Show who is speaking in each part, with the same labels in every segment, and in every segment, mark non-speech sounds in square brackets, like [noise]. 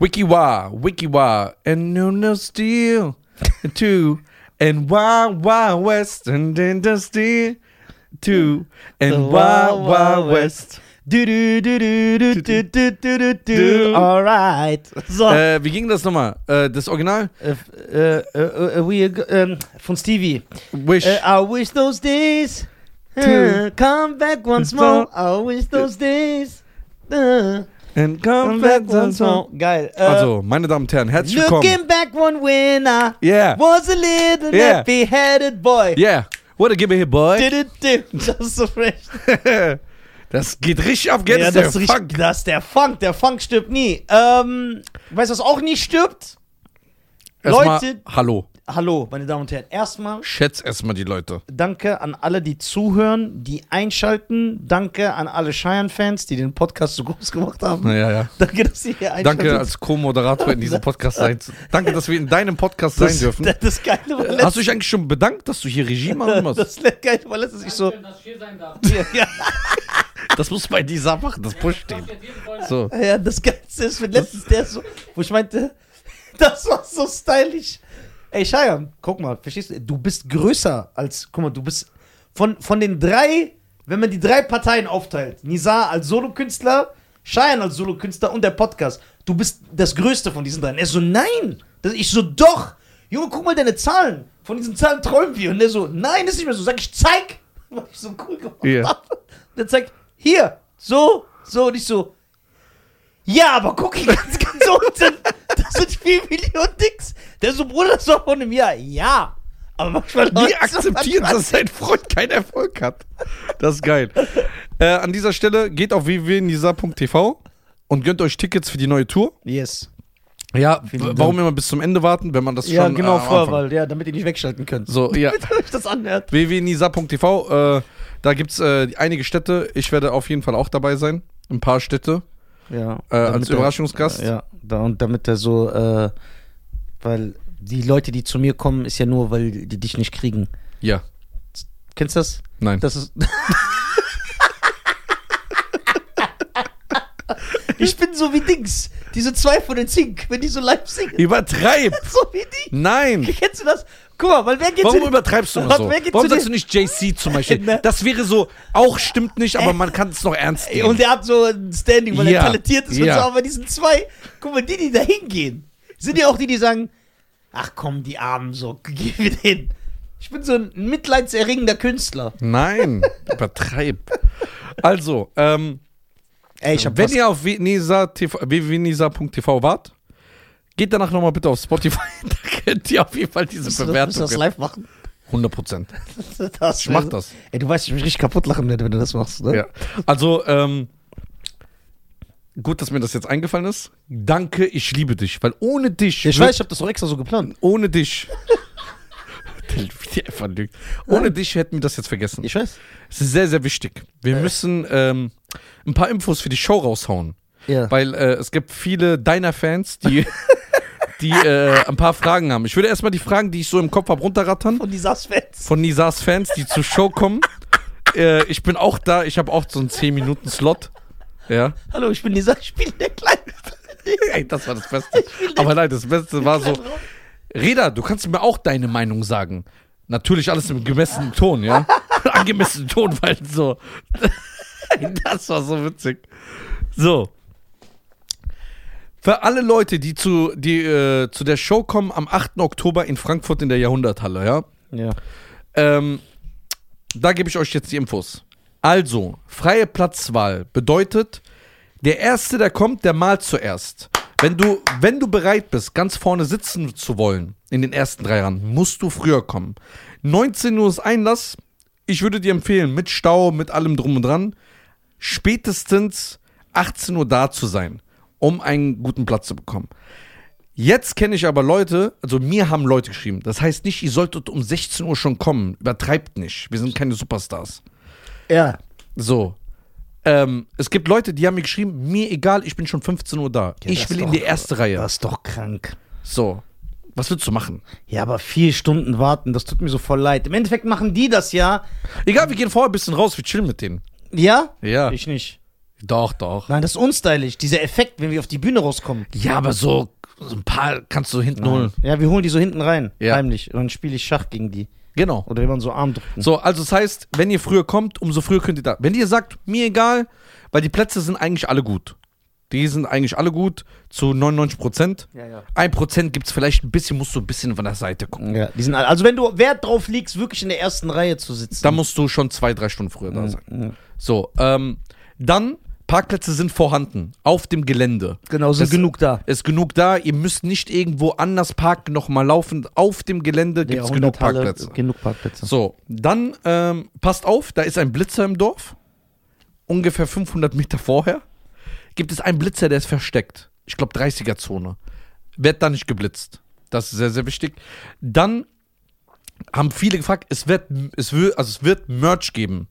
Speaker 1: Wikiwa, Wikiwa, and no, no
Speaker 2: [laughs]
Speaker 1: steel. Two, and Wild Wild West, and then the steel. Two,
Speaker 2: The
Speaker 1: and Wild Wild West.
Speaker 2: Du, du, du, du, du, du, du, du, du, du.
Speaker 1: Du.
Speaker 2: Alright. So.
Speaker 1: Äh, wie ging das nochmal? Äh, das Original?
Speaker 2: Äh, f- äh, äh, äh, we, ag- ähm, von Stevie.
Speaker 1: Wish.
Speaker 2: Äh, I wish those days äh, come back once more. I wish those days äh,
Speaker 1: and
Speaker 2: come
Speaker 1: come
Speaker 2: back
Speaker 1: back
Speaker 2: once more. Geil. Äh,
Speaker 1: Also, meine Damen und Herren, herzlich willkommen.
Speaker 2: looking back one winner
Speaker 1: Yeah,
Speaker 2: was a little
Speaker 1: Yeah.
Speaker 2: nappy-headed boy.
Speaker 1: yeah. What a give me here, boy.
Speaker 2: Du, [laughs] du, du. Das ist so frech.
Speaker 1: [laughs] das geht richtig auf, gell?
Speaker 2: Ja,
Speaker 1: das ist
Speaker 2: das,
Speaker 1: der
Speaker 2: riecht-
Speaker 1: Funk.
Speaker 2: das ist der Funk. Der Funk stirbt nie. Ähm, weißt du, was auch nie stirbt?
Speaker 1: Erstmal,
Speaker 2: Leute-
Speaker 1: hallo.
Speaker 2: Hallo, meine Damen und Herren. Erstmal
Speaker 1: Schätz erstmal die Leute.
Speaker 2: Danke an alle, die zuhören, die einschalten. Danke an alle Cheyenne-Fans, die den Podcast so groß gemacht haben.
Speaker 1: Ja, ja.
Speaker 2: Danke, dass ihr hier einschaltet.
Speaker 1: Danke als Co-Moderator in diesem Podcast sein. zu- Danke, dass wir in deinem Podcast sein
Speaker 2: das,
Speaker 1: dürfen.
Speaker 2: Das, das Geile war
Speaker 1: Hast du
Speaker 2: letztes
Speaker 1: dich eigentlich schon bedankt, dass du hier Regie machen musst?
Speaker 2: das Geile war letztes
Speaker 1: [laughs]
Speaker 2: ich so.
Speaker 3: Schön, dass ich hier sein darf.
Speaker 2: Ja, ja,
Speaker 1: Das muss bei dieser machen, das muss stehen.
Speaker 3: Ich hab jeden Freund.
Speaker 1: So.
Speaker 2: ja, das Geilste ist, wenn letztens der so, wo ich meinte, [laughs] das war so stylisch. Ey, Cheyenne, guck mal, verstehst du? Du bist größer als, guck mal, du bist von, von den drei, wenn man die drei Parteien aufteilt, Nizar als Solokünstler, Cheyenne als Solokünstler und der Podcast, du bist das Größte von diesen dreien. Er so, nein. Das, ich so, doch. Junge, guck mal deine Zahlen. Von diesen Zahlen träumen wir. Und er so, nein, ist nicht mehr so. Sag ich, zeig. [laughs] Was ich so cool gemacht
Speaker 1: Ja.
Speaker 2: habe. Und er zeigt, hier, so, so. Und ich so, ja, aber guck hier ganz, ganz [laughs] unten. Das sind 4 Millionen Dicks. Der so, Bruder, das war vor einem Jahr. Ja. Aber manchmal
Speaker 1: Die
Speaker 2: läuft's,
Speaker 1: akzeptieren,
Speaker 2: manchmal-
Speaker 1: dass sein Freund keinen Erfolg hat. Das ist geil. Äh, an dieser Stelle geht auf www.nisa.tv und gönnt euch Tickets für die neue Tour.
Speaker 2: Yes.
Speaker 1: Ja,
Speaker 2: Dank.
Speaker 1: warum immer bis zum Ende warten, wenn man das
Speaker 2: Ja,
Speaker 1: schon äh,
Speaker 2: genau,
Speaker 1: am Anfang-
Speaker 2: Vorwahl, ja, damit ihr nicht wegschalten könnt.
Speaker 1: So, ja.
Speaker 2: [laughs] Damit euch das anhört.
Speaker 1: www.nisa.tv, äh, da gibt es äh, einige Städte. Ich werde auf jeden Fall auch dabei sein. Ein paar Städte
Speaker 2: Ja.
Speaker 1: äh, als Überraschungsgast.
Speaker 2: Ja, da, und damit er so, äh, weil die Leute, die zu mir kommen, ist ja nur, weil die dich nicht kriegen.
Speaker 1: ja.
Speaker 2: Kennst du das?
Speaker 1: Nein.
Speaker 2: Das ist. [laughs] ich bin so wie Dings. Diese zwei von den Zink, wenn die so live singen.
Speaker 1: Übertreib!
Speaker 2: [laughs] So wie die. [laughs]
Speaker 1: Nein!
Speaker 2: Kennst du das? Guck mal, weil wer geht
Speaker 1: Warum
Speaker 2: zu
Speaker 1: übertreibst du immer so?
Speaker 2: Wer geht
Speaker 1: Warum
Speaker 2: zu
Speaker 1: sagst du
Speaker 2: den-
Speaker 1: nicht JC zum
Speaker 2: [laughs]
Speaker 1: Beispiel?
Speaker 2: Ne.
Speaker 1: Das wäre so, auch stimmt nicht, aber man kann es noch ernst nehmen.
Speaker 2: Und der hat so ein Standing, weil
Speaker 1: Ja,
Speaker 2: er talentiert ist.
Speaker 1: ja.
Speaker 2: Und so, aber diesen zwei, guck mal, die, die da hingehen, sind ja auch die, die sagen, ach komm, die Armen so, [laughs] geh wieder hin. Ich bin so ein mitleidserregender Künstler. [laughs]
Speaker 1: Nein, übertreib. Also, ähm,
Speaker 2: Ey, ich hab
Speaker 1: wenn
Speaker 2: was-
Speaker 1: ihr auf www.nisa.tv wart, geht danach nochmal bitte auf Spotify. [laughs] Da könnt ihr auf jeden Fall diese
Speaker 2: Müssen wir- müssen wir
Speaker 1: Bewertung.
Speaker 2: das live machen? [laughs]
Speaker 1: 100 Prozent.
Speaker 2: Das
Speaker 1: Ich mach das.
Speaker 2: Ey, du weißt, ich mich richtig kaputt lachen werde, wenn du das machst, ne?
Speaker 1: Ja. Also, ähm, gut, dass mir das jetzt eingefallen ist. Danke, ich liebe dich, weil ohne dich.
Speaker 2: Ich
Speaker 1: wird-
Speaker 2: weiß, ich habe das doch extra so geplant.
Speaker 1: Ohne dich. [laughs] Der- der einfach lügt. Ohne dich hätten wir das jetzt vergessen.
Speaker 2: Ich weiß.
Speaker 1: Es ist sehr, sehr wichtig. Wir müssen ähm, ein paar Infos für die Show raushauen.
Speaker 2: Ja.
Speaker 1: Weil äh, es gibt viele deiner Fans, die, [laughs] die äh, ein paar Fragen haben. Ich würde erstmal die Fragen, die ich so im Kopf habe, runterrattern.
Speaker 2: Und die Sass-Fans.
Speaker 1: Von Nisas Fans, die zur Show [laughs] kommen. Äh, ich bin auch da. Ich habe auch so einen 10-Minuten-Slot. Ja.
Speaker 2: Hallo, ich bin die Sass, ich bin der Kleine.
Speaker 1: [laughs] Ey, das war das Beste. Aber nein, das Beste war so. Reda, du kannst mir auch deine Meinung sagen. Natürlich alles im gemessenen Ton, ja? [laughs] Angemessenen Ton, weil so. [laughs] das war so witzig. So. Für alle Leute, die zu, die, äh, zu der Show kommen am 8. Oktober in Frankfurt in der Jahrhunderthalle, ja?
Speaker 2: Ja.
Speaker 1: Ähm, da gebe ich euch jetzt die Infos. Also, freie Platzwahl bedeutet, der Erste, der kommt, der malt zuerst. Wenn du, wenn du bereit bist, ganz vorne sitzen zu wollen, in den ersten drei Jahren, musst du früher kommen. 19 Uhr ist Einlass. Ich würde dir empfehlen, mit Stau, mit allem drum und dran, spätestens 18 Uhr da zu sein, um einen guten Platz zu bekommen. Jetzt kenne ich aber Leute, also mir haben Leute geschrieben. Das heißt nicht, ihr solltet um 16 Uhr schon kommen. Übertreibt nicht. Wir sind keine Superstars.
Speaker 2: Ja.
Speaker 1: So. Ähm, es gibt Leute, die haben mir geschrieben, mir egal, ich bin schon 15 Uhr da.
Speaker 2: Ja,
Speaker 1: ich
Speaker 2: das
Speaker 1: will
Speaker 2: ist
Speaker 1: in
Speaker 2: doch-
Speaker 1: die erste Reihe.
Speaker 2: Das ist doch krank.
Speaker 1: So. Was willst du machen?
Speaker 2: Ja, aber vier Stunden warten, das tut mir so voll leid. Im Endeffekt machen die das ja.
Speaker 1: Egal, wir gehen vorher ein bisschen raus, wir chillen mit denen.
Speaker 2: Ja?
Speaker 1: Ja.
Speaker 2: Ich nicht.
Speaker 1: Doch, doch.
Speaker 2: Nein, das ist unstylisch. Dieser Effekt, wenn wir auf die Bühne rauskommen.
Speaker 1: Ja, aber so, so ein paar kannst du hinten holen.
Speaker 2: Ja, wir holen die so hinten rein.
Speaker 1: Ja.
Speaker 2: Heimlich. Und dann spiele ich Schach gegen die.
Speaker 1: Genau.
Speaker 2: Oder jemand so Arm drücken.
Speaker 1: So, also das heißt, wenn ihr früher kommt, umso früher könnt ihr da. Wenn ihr sagt, mir egal, weil die Plätze sind eigentlich alle gut. Die sind eigentlich alle gut, zu 99 Prozent.
Speaker 2: Ja, ja.
Speaker 1: 1% gibt es vielleicht ein bisschen, musst du ein bisschen von der Seite gucken.
Speaker 2: Ja, die sind alle. Also wenn du Wert drauf legst, wirklich in der ersten Reihe zu sitzen.
Speaker 1: Da musst du schon zwei, drei Stunden früher da sein.
Speaker 2: ja.
Speaker 1: So, ähm, dann, Parkplätze sind vorhanden, auf dem Gelände.
Speaker 2: Genau, sind
Speaker 1: Das-
Speaker 2: genug da.
Speaker 1: Ist genug da, ihr müsst nicht irgendwo anders parken, nochmal laufen. Auf dem Gelände gibt es genug
Speaker 2: Jahrhunderthalle,
Speaker 1: Parkplätze.
Speaker 2: Genug Parkplätze.
Speaker 1: So, dann ähm, passt auf, da ist ein Blitzer im Dorf. Ungefähr 500 Meter vorher gibt es einen Blitzer, der ist versteckt. Ich glaube 30er-Zone. Wird da nicht geblitzt. Das ist sehr, sehr wichtig. Dann haben viele gefragt, es wird, es wird, also es wird Merch geben.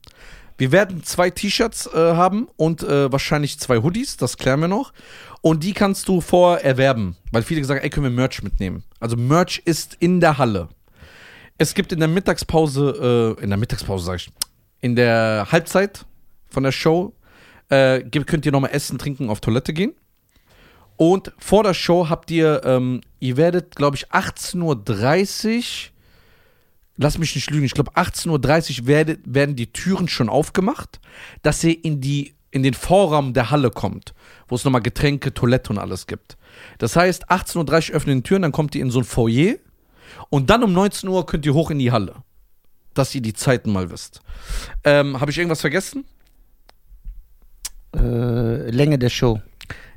Speaker 1: Wir werden zwei T-Shirts äh, haben und äh, wahrscheinlich zwei Hoodies, das klären wir noch. Und die kannst du vorher erwerben, weil viele gesagt haben, ey, können wir Merch mitnehmen. Also Merch ist in der Halle. Es gibt in der Mittagspause, äh, in der Mittagspause sag ich, in der Halbzeit von der Show äh, ge- könnt ihr nochmal essen, trinken, auf Toilette gehen. Und vor der Show habt ihr, ähm, ihr werdet, glaube ich, 18.30 Uhr, lass mich nicht lügen, ich glaube 18.30 Uhr werdet, werden die Türen schon aufgemacht, dass ihr in, die, in den Vorraum der Halle kommt, wo es nochmal Getränke, Toilette und alles gibt. Das heißt, 18.30 Uhr öffnen die Türen, dann kommt ihr in so ein Foyer und dann um 19 Uhr könnt ihr hoch in die Halle. Dass ihr die Zeiten mal wisst. Ähm, Habe ich irgendwas vergessen?
Speaker 2: Äh, Länge der Show.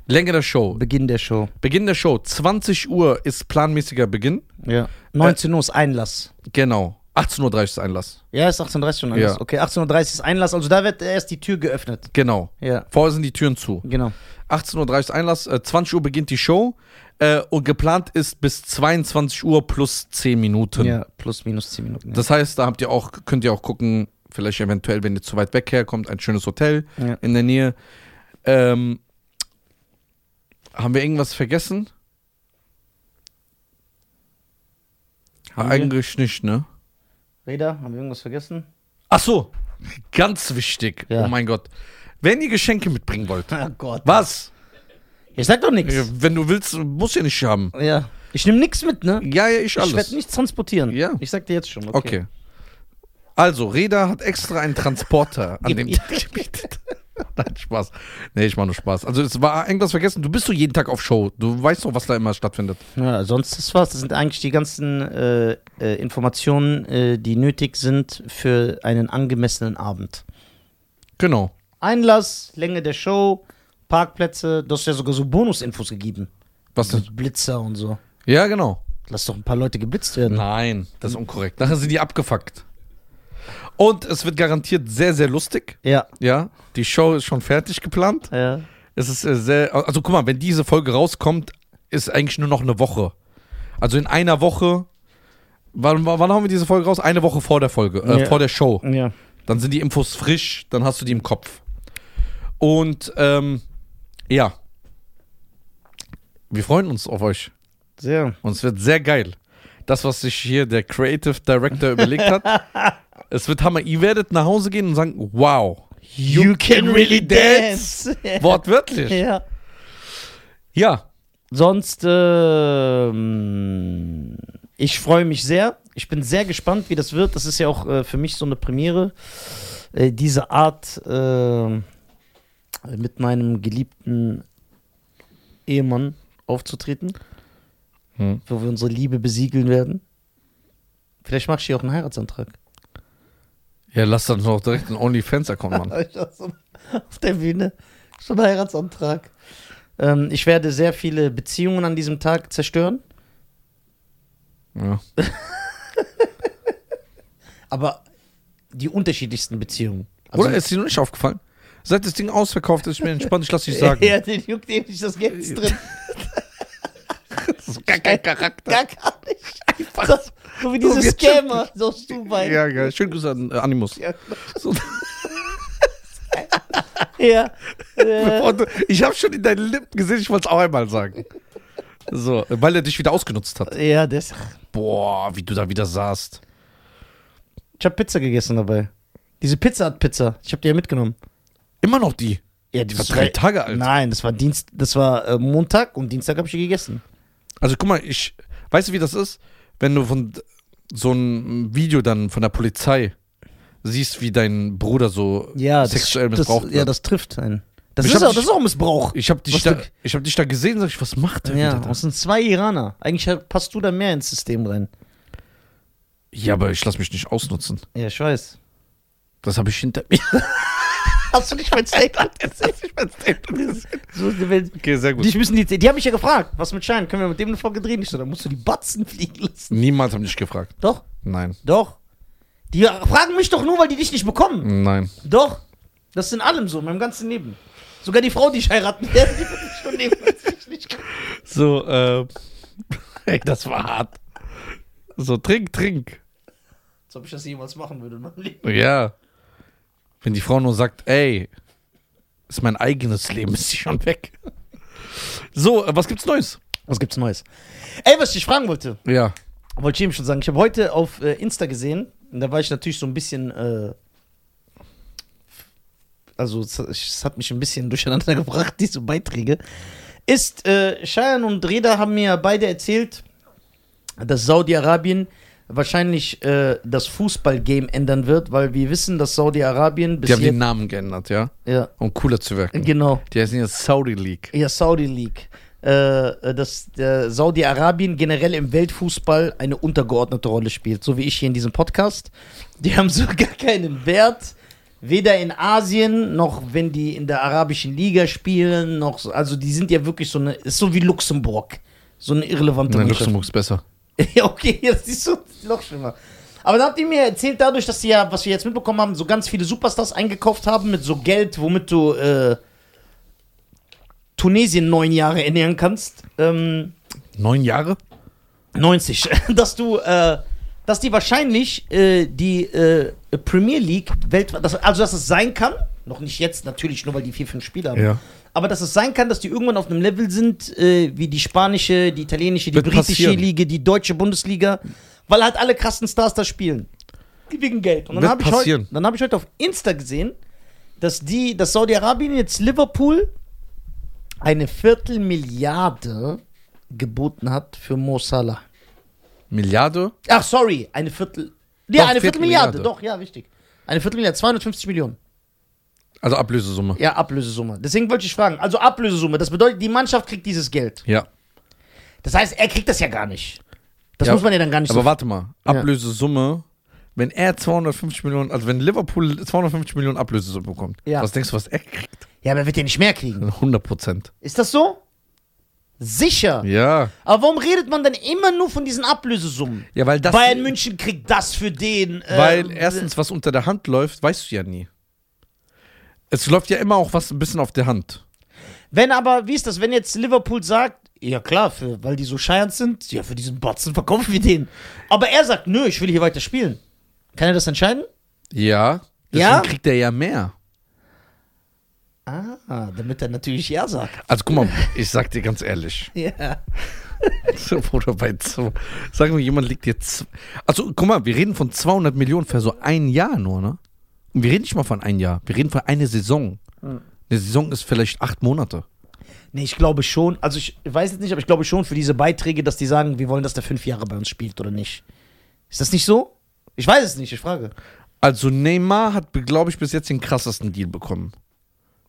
Speaker 1: Länge der Show.
Speaker 2: Beginn der Show.
Speaker 1: Beginn der Show. 20 Uhr ist planmäßiger Beginn.
Speaker 2: Ja. 19 Uhr ist Einlass.
Speaker 1: Genau. 18.30 Uhr ist Einlass.
Speaker 2: Ja, ist 18.30 Uhr schon Einlass.
Speaker 1: Ja.
Speaker 2: Okay, 18.30 Uhr ist Einlass. Also da wird erst die Tür geöffnet.
Speaker 1: Genau.
Speaker 2: Ja,
Speaker 1: Vorher sind die Türen zu.
Speaker 2: genau.
Speaker 1: 18.30 Uhr ist Einlass. Äh, 20 Uhr beginnt die Show. Äh, und geplant ist bis 22 Uhr plus 10 Minuten.
Speaker 2: Ja, plus minus 10 Minuten. Ja.
Speaker 1: Das heißt, da habt ihr auch, könnt ihr auch gucken, vielleicht eventuell, wenn ihr zu weit weg herkommt, ein schönes Hotel
Speaker 2: Ja.
Speaker 1: in der Nähe. Ähm, haben wir irgendwas vergessen?
Speaker 2: Haben wir?
Speaker 1: Eigentlich nicht, ne?
Speaker 2: Reda, haben wir irgendwas vergessen?
Speaker 1: Ach so, ganz wichtig.
Speaker 2: Ja.
Speaker 1: Oh mein Gott. Wenn ihr Geschenke mitbringen [laughs] wollt,
Speaker 2: Oh Gott.
Speaker 1: was?
Speaker 2: Ich sag doch nichts.
Speaker 1: Wenn du willst, musst du nicht haben.
Speaker 2: Ja. Ich nehme nichts mit, ne?
Speaker 1: Ja, ja, ich
Speaker 2: Ich
Speaker 1: alles.
Speaker 2: werde nichts transportieren.
Speaker 1: Ja.
Speaker 2: Ich sag dir jetzt schon. Okay.
Speaker 1: Okay. Also, Reda hat extra einen [laughs] Transporter an dem Tag gebietet. [laughs] Nein, Spaß. Nee, ich mache nur Spaß. Also, es war irgendwas vergessen. Du bist so jeden Tag auf Show. Du weißt doch, was da immer stattfindet.
Speaker 2: Ja, sonst ist was. Das sind eigentlich die ganzen äh, äh, Informationen, äh, die nötig sind für einen angemessenen Abend.
Speaker 1: Genau.
Speaker 2: Einlass, Länge der Show, Parkplätze. Du hast ja sogar so Bonusinfos gegeben.
Speaker 1: Was
Speaker 2: So
Speaker 1: denn?
Speaker 2: Blitzer und so.
Speaker 1: Ja, genau.
Speaker 2: Lass doch ein paar Leute geblitzt werden.
Speaker 1: Nein, das ist unkorrekt. Nachher sind die abgefuckt. Und es wird garantiert sehr, sehr lustig.
Speaker 2: Ja.
Speaker 1: Ja, die Show ist schon fertig geplant.
Speaker 2: Ja.
Speaker 1: Es ist äh, sehr. Also, guck mal, wenn diese Folge rauskommt, ist eigentlich nur noch eine Woche. Also, in einer Woche. Wann, wann haben wir diese Folge raus? Eine Woche vor der Folge, äh,
Speaker 2: Ja.
Speaker 1: vor der Show.
Speaker 2: ja.
Speaker 1: Dann sind die Infos frisch, dann hast du die im Kopf. Und ähm, ja. Wir freuen uns auf euch.
Speaker 2: Sehr.
Speaker 1: Und es wird sehr geil. Das, was sich hier der Creative Director überlegt [laughs] hat. Es wird Hammer. Ihr werdet nach Hause gehen und sagen, wow, you can really dance.
Speaker 2: [laughs]
Speaker 1: Wortwörtlich.
Speaker 2: ja.
Speaker 1: Ja.
Speaker 2: Sonst, ähm, ich freue mich sehr. Ich bin sehr gespannt, wie das wird. Das ist ja auch äh, für mich so eine Premiere. Äh, diese Art ähm, mit meinem geliebten Ehemann aufzutreten,
Speaker 1: Hm.
Speaker 2: wo wir unsere Liebe besiegeln werden. Vielleicht machst du hier auch einen Heiratsantrag. [laughs]
Speaker 1: Ja, lass dann doch direkt einen OnlyFans-Account [laughs] machen.
Speaker 2: Auf der Bühne. Schon ein Heiratsantrag. Ähm, ich werde sehr viele Beziehungen an diesem Tag zerstören.
Speaker 1: Ja.
Speaker 2: Aber die unterschiedlichsten Beziehungen. Also
Speaker 1: Oder
Speaker 2: [laughs]
Speaker 1: ist dir noch nicht aufgefallen? Seit das Ding ausverkauft ist, ich bin entspannt, ich lass [laughs] dich sagen.
Speaker 2: Ja, den juckt eben nicht das Geld ist drin.
Speaker 1: Das ist gar kein
Speaker 2: [laughs]
Speaker 1: Charakter.
Speaker 2: Gar, gar
Speaker 1: [laughs]
Speaker 2: nicht. Das, so wie diese
Speaker 1: So wie-
Speaker 2: Scammer, so aus Stuhlbein.
Speaker 1: Ja, ja, schönen Grüße an äh, Animus.
Speaker 2: Ja.
Speaker 1: [laughs] So,
Speaker 2: ja. Äh,
Speaker 1: bevor du- ich habe schon in deinen Lippen gesehen, ich wollte es auch einmal sagen. So, weil er dich wieder ausgenutzt hat.
Speaker 2: ja, das.
Speaker 1: Boah, wie du da wieder saßt.
Speaker 2: Ich habe Pizza gegessen dabei. Diese Pizza hat Pizza. Ich habe die ja mitgenommen.
Speaker 1: Immer noch die.
Speaker 2: Ja, das
Speaker 1: war drei Tage alt.
Speaker 2: Nein, das war Dienst, das war äh, Montag und Dienstag habe ich die gegessen.
Speaker 1: Also guck mal, ich weißt du, wie das ist, wenn du von d- so einem Video dann von der Polizei siehst, wie dein Bruder so sexuell missbraucht
Speaker 2: das,
Speaker 1: wird.
Speaker 2: Ja, das trifft einen. Das,
Speaker 1: Ich
Speaker 2: ist
Speaker 1: hab
Speaker 2: auch,
Speaker 1: dich-
Speaker 2: das ist auch Missbrauch.
Speaker 1: ich habe dich
Speaker 2: Was
Speaker 1: da,
Speaker 2: du-
Speaker 1: ich habe dich da gesehen, sag ich, was macht der
Speaker 2: Ja,
Speaker 1: [laughs] wieder? da?
Speaker 2: das sind zwei Iraner. Eigentlich halt passt du da mehr ins System rein.
Speaker 1: Ja, aber ich lasse mich nicht ausnutzen.
Speaker 2: Ja, ich weiß.
Speaker 1: Das habe ich hinter mir. [laughs]
Speaker 2: Hast du nicht mein Statement gesehen? [laughs] So, wenn-
Speaker 1: Okay, sehr
Speaker 2: die müssen die, die haben mich ja gefragt, was mit Schein? Können wir mit dem eine Folge drehen? Ich so, dann musst du die Batzen fliegen lassen.
Speaker 1: Niemals haben dich gefragt.
Speaker 2: Doch,
Speaker 1: Nein,
Speaker 2: doch. Die fragen mich doch nur, weil die dich nicht bekommen.
Speaker 1: nein.
Speaker 2: Doch, das ist in allem so, in meinem ganzen Leben. Sogar die Frau, die ich heirate, die wird mich schon nehmen, weil ich nicht kann.
Speaker 1: So, äh, [laughs] ey, das war hart. So, trink, trink.
Speaker 2: Als ob ich das jemals machen würde in meinem Leben.
Speaker 1: Ja. Wenn die Frau nur sagt, ey, ist mein eigenes Leben, [laughs] ist sie schon weg. So, äh, was gibt's Neues?
Speaker 2: Was gibt's Neues? Ey, was ich dich fragen wollte,
Speaker 1: Ja.
Speaker 2: wollte ich eben schon sagen. Ich habe heute auf äh, Insta gesehen, und da war ich natürlich so ein bisschen, äh, also es, es hat mich ein bisschen durcheinander [laughs] gebracht, diese Beiträge. Ist, äh, Cheyenne und Reda haben mir beide erzählt, dass Saudi-Arabien wahrscheinlich äh, das Fußballgame ändern wird, weil wir wissen, dass Saudi-Arabien bis
Speaker 1: Die haben
Speaker 2: jetzt-
Speaker 1: den Namen geändert, ja?
Speaker 2: Ja,
Speaker 1: Um cooler zu wirken.
Speaker 2: genau.
Speaker 1: Die heißen jetzt Saudi League.
Speaker 2: Ja, Saudi League. Äh, dass äh, Saudi-Arabien generell im Weltfußball eine untergeordnete Rolle spielt, so wie ich hier in diesem Podcast. Die haben [laughs] so gar keinen Wert, weder in Asien noch wenn die in der arabischen Liga spielen, noch so- also die sind ja wirklich so eine, ist so wie Luxemburg, so eine irrelevante
Speaker 1: Nein,
Speaker 2: Mannschaft.
Speaker 1: Luxemburg ist besser.
Speaker 2: [laughs] Ja, okay, jetzt ist so noch schlimmer. Aber da habt ihr mir erzählt, dadurch, dass sie ja, was wir jetzt mitbekommen haben, so ganz viele Superstars eingekauft haben mit so Geld, womit du äh, Tunesien neun Jahre ernähren kannst, ähm,
Speaker 1: Neun Jahre?
Speaker 2: 90, [laughs] dass du, äh, dass die wahrscheinlich äh, die äh, Premier League weltweit, dass, also dass es sein kann, noch nicht jetzt natürlich, nur weil die vier, fünf Spiele haben,
Speaker 1: Ja.
Speaker 2: aber dass es sein kann, dass die irgendwann auf einem Level sind, äh, wie die spanische, die italienische, die
Speaker 1: Wird
Speaker 2: britische
Speaker 1: passieren.
Speaker 2: Liga, die deutsche Bundesliga, weil halt alle krassen Stars da spielen. Wegen Geld. Und dann
Speaker 1: Wird
Speaker 2: habe ich, heut,
Speaker 1: passieren.
Speaker 2: dann hab ich heute auf Insta gesehen, dass die, dass Saudi-Arabien jetzt Liverpool eine Viertelmilliarde geboten hat für Mo Salah.
Speaker 1: Milliarde?
Speaker 2: Ach, sorry, eine Viertel. Ja,
Speaker 1: Doch,
Speaker 2: eine Viertelmilliarde,
Speaker 1: Viertelmilliarde.
Speaker 2: doch, ja, richtig. Eine Viertelmilliarde, 250 Millionen.
Speaker 1: Also Ablösesumme.
Speaker 2: Ja, Ablösesumme. Deswegen wollte ich fragen. Also Ablösesumme, das bedeutet, die Mannschaft kriegt dieses Geld.
Speaker 1: Ja.
Speaker 2: Das heißt, er kriegt das ja gar nicht. Das
Speaker 1: Ja,
Speaker 2: muss man ja dann gar nicht
Speaker 1: Aber
Speaker 2: so
Speaker 1: warte mal,
Speaker 2: Ja.
Speaker 1: Ablösesumme, wenn er 250 Millionen, also wenn Liverpool 250 Millionen Ablösesumme bekommt,
Speaker 2: Ja.
Speaker 1: was denkst du, was er kriegt?
Speaker 2: Ja, aber er wird ja nicht mehr kriegen.
Speaker 1: 100 Prozent.
Speaker 2: Ist das so? Sicher.
Speaker 1: Ja.
Speaker 2: Aber warum redet man dann immer nur von diesen Ablösesummen?
Speaker 1: Ja, weil das.
Speaker 2: Bayern München kriegt das für den. äh,
Speaker 1: Weil erstens, was unter der Hand läuft, weißt du ja nie. Es läuft ja immer auch was ein bisschen auf der Hand.
Speaker 2: Wenn aber, wie ist das, wenn jetzt Liverpool sagt, ja klar, für, weil die so scheiern sind, ja, für diesen Batzen verkaufen wir den. Aber er sagt, nö, ich will hier weiter spielen. Kann er das entscheiden?
Speaker 1: Ja. Deswegen
Speaker 2: Ja?
Speaker 1: kriegt er ja mehr.
Speaker 2: Ah, damit er natürlich ja sagt.
Speaker 1: Also guck mal, ich sag dir ganz ehrlich.
Speaker 2: [laughs] Ja.
Speaker 1: [laughs] So, Bruder, bei zwei. Sagen wir, jemand liegt jetzt. Also, guck mal, wir reden von 200 Millionen für so ein Jahr nur, ne? Und wir reden nicht mal von ein Jahr. Wir reden von einer Saison.
Speaker 2: Hm.
Speaker 1: Eine Saison ist vielleicht acht Monate.
Speaker 2: Nee, ich glaube schon, also ich weiß jetzt nicht, aber ich glaube schon für diese Beiträge, dass die sagen, wir wollen, dass der fünf Jahre bei uns spielt oder nicht. Ist das nicht so? Ich weiß es nicht, ich frage.
Speaker 1: Also, Neymar hat, glaube ich, bis jetzt den krassesten Deal bekommen.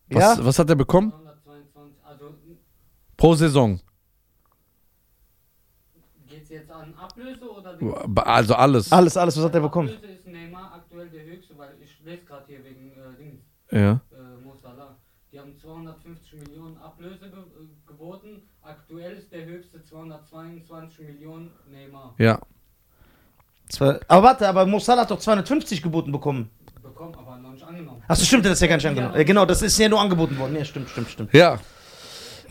Speaker 1: Was,
Speaker 2: Ja?
Speaker 1: was hat er bekommen?
Speaker 3: 122, also
Speaker 1: Pro Saison.
Speaker 3: geht es jetzt an Ablöse oder wie?
Speaker 1: Also alles.
Speaker 2: Alles, alles, was hat er bekommen?
Speaker 3: Ablöse ist Neymar aktuell der höchste, weil ich lese gerade hier wegen äh, Dings,
Speaker 1: Ja.
Speaker 3: äh, Mo Salah. Die haben 250 Millionen Ablöse ge äh, geboten. Aktuell ist der höchste 222 Millionen Neymar.
Speaker 1: Ja.
Speaker 2: Zwei- Aber warte, aber Mo Salah hat doch 250 geboten bekommen.
Speaker 3: Bekommen, aber noch nicht angenommen.
Speaker 2: Achso, stimmt, das ist ja gar nicht angenommen. Äh, Genau, das ist ja nur angeboten worden. Ja, stimmt, stimmt, stimmt.
Speaker 1: Ja.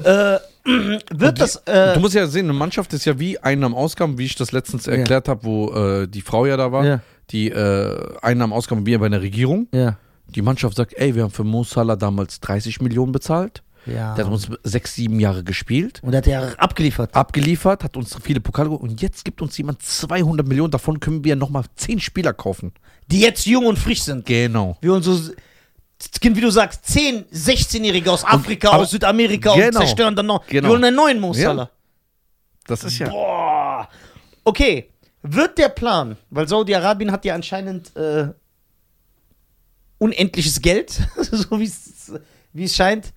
Speaker 2: Äh, [clears throat] wird das.
Speaker 1: Du
Speaker 2: Äh,
Speaker 1: musst ja sehen, eine Mannschaft ist ja wie einen am Ausgang, wie ich das letztens erklärt habe, wo äh, die Frau ja da war.
Speaker 2: Ja.
Speaker 1: Die äh, einen am Ausgang wie bei einer Regierung.
Speaker 2: ja.
Speaker 1: Die Mannschaft sagt, ey, wir haben für Mo Salah damals 30 Millionen bezahlt.
Speaker 2: ja.
Speaker 1: Der hat uns sechs, sieben Jahre gespielt,
Speaker 2: Und hat er abgeliefert.
Speaker 1: abgeliefert, hat uns viele Pokale geholt und jetzt gibt uns jemand 200 Millionen. Davon können wir nochmal 10 Spieler kaufen.
Speaker 2: Die jetzt jung und frisch sind.
Speaker 1: Genau.
Speaker 2: Wir uns so Kind, wie du sagst, 10, 16-Jährige aus Afrika,
Speaker 1: aber-
Speaker 2: aus Südamerika und
Speaker 1: Genau.
Speaker 2: zerstören dann noch.
Speaker 1: Genau.
Speaker 2: Die holen einen neuen Mo Salah.
Speaker 1: Das ist ja.
Speaker 2: Boah. Okay, wird der Plan, weil Saudi-Arabien hat ja anscheinend äh, unendliches Geld, [laughs] so wie es wie es scheint,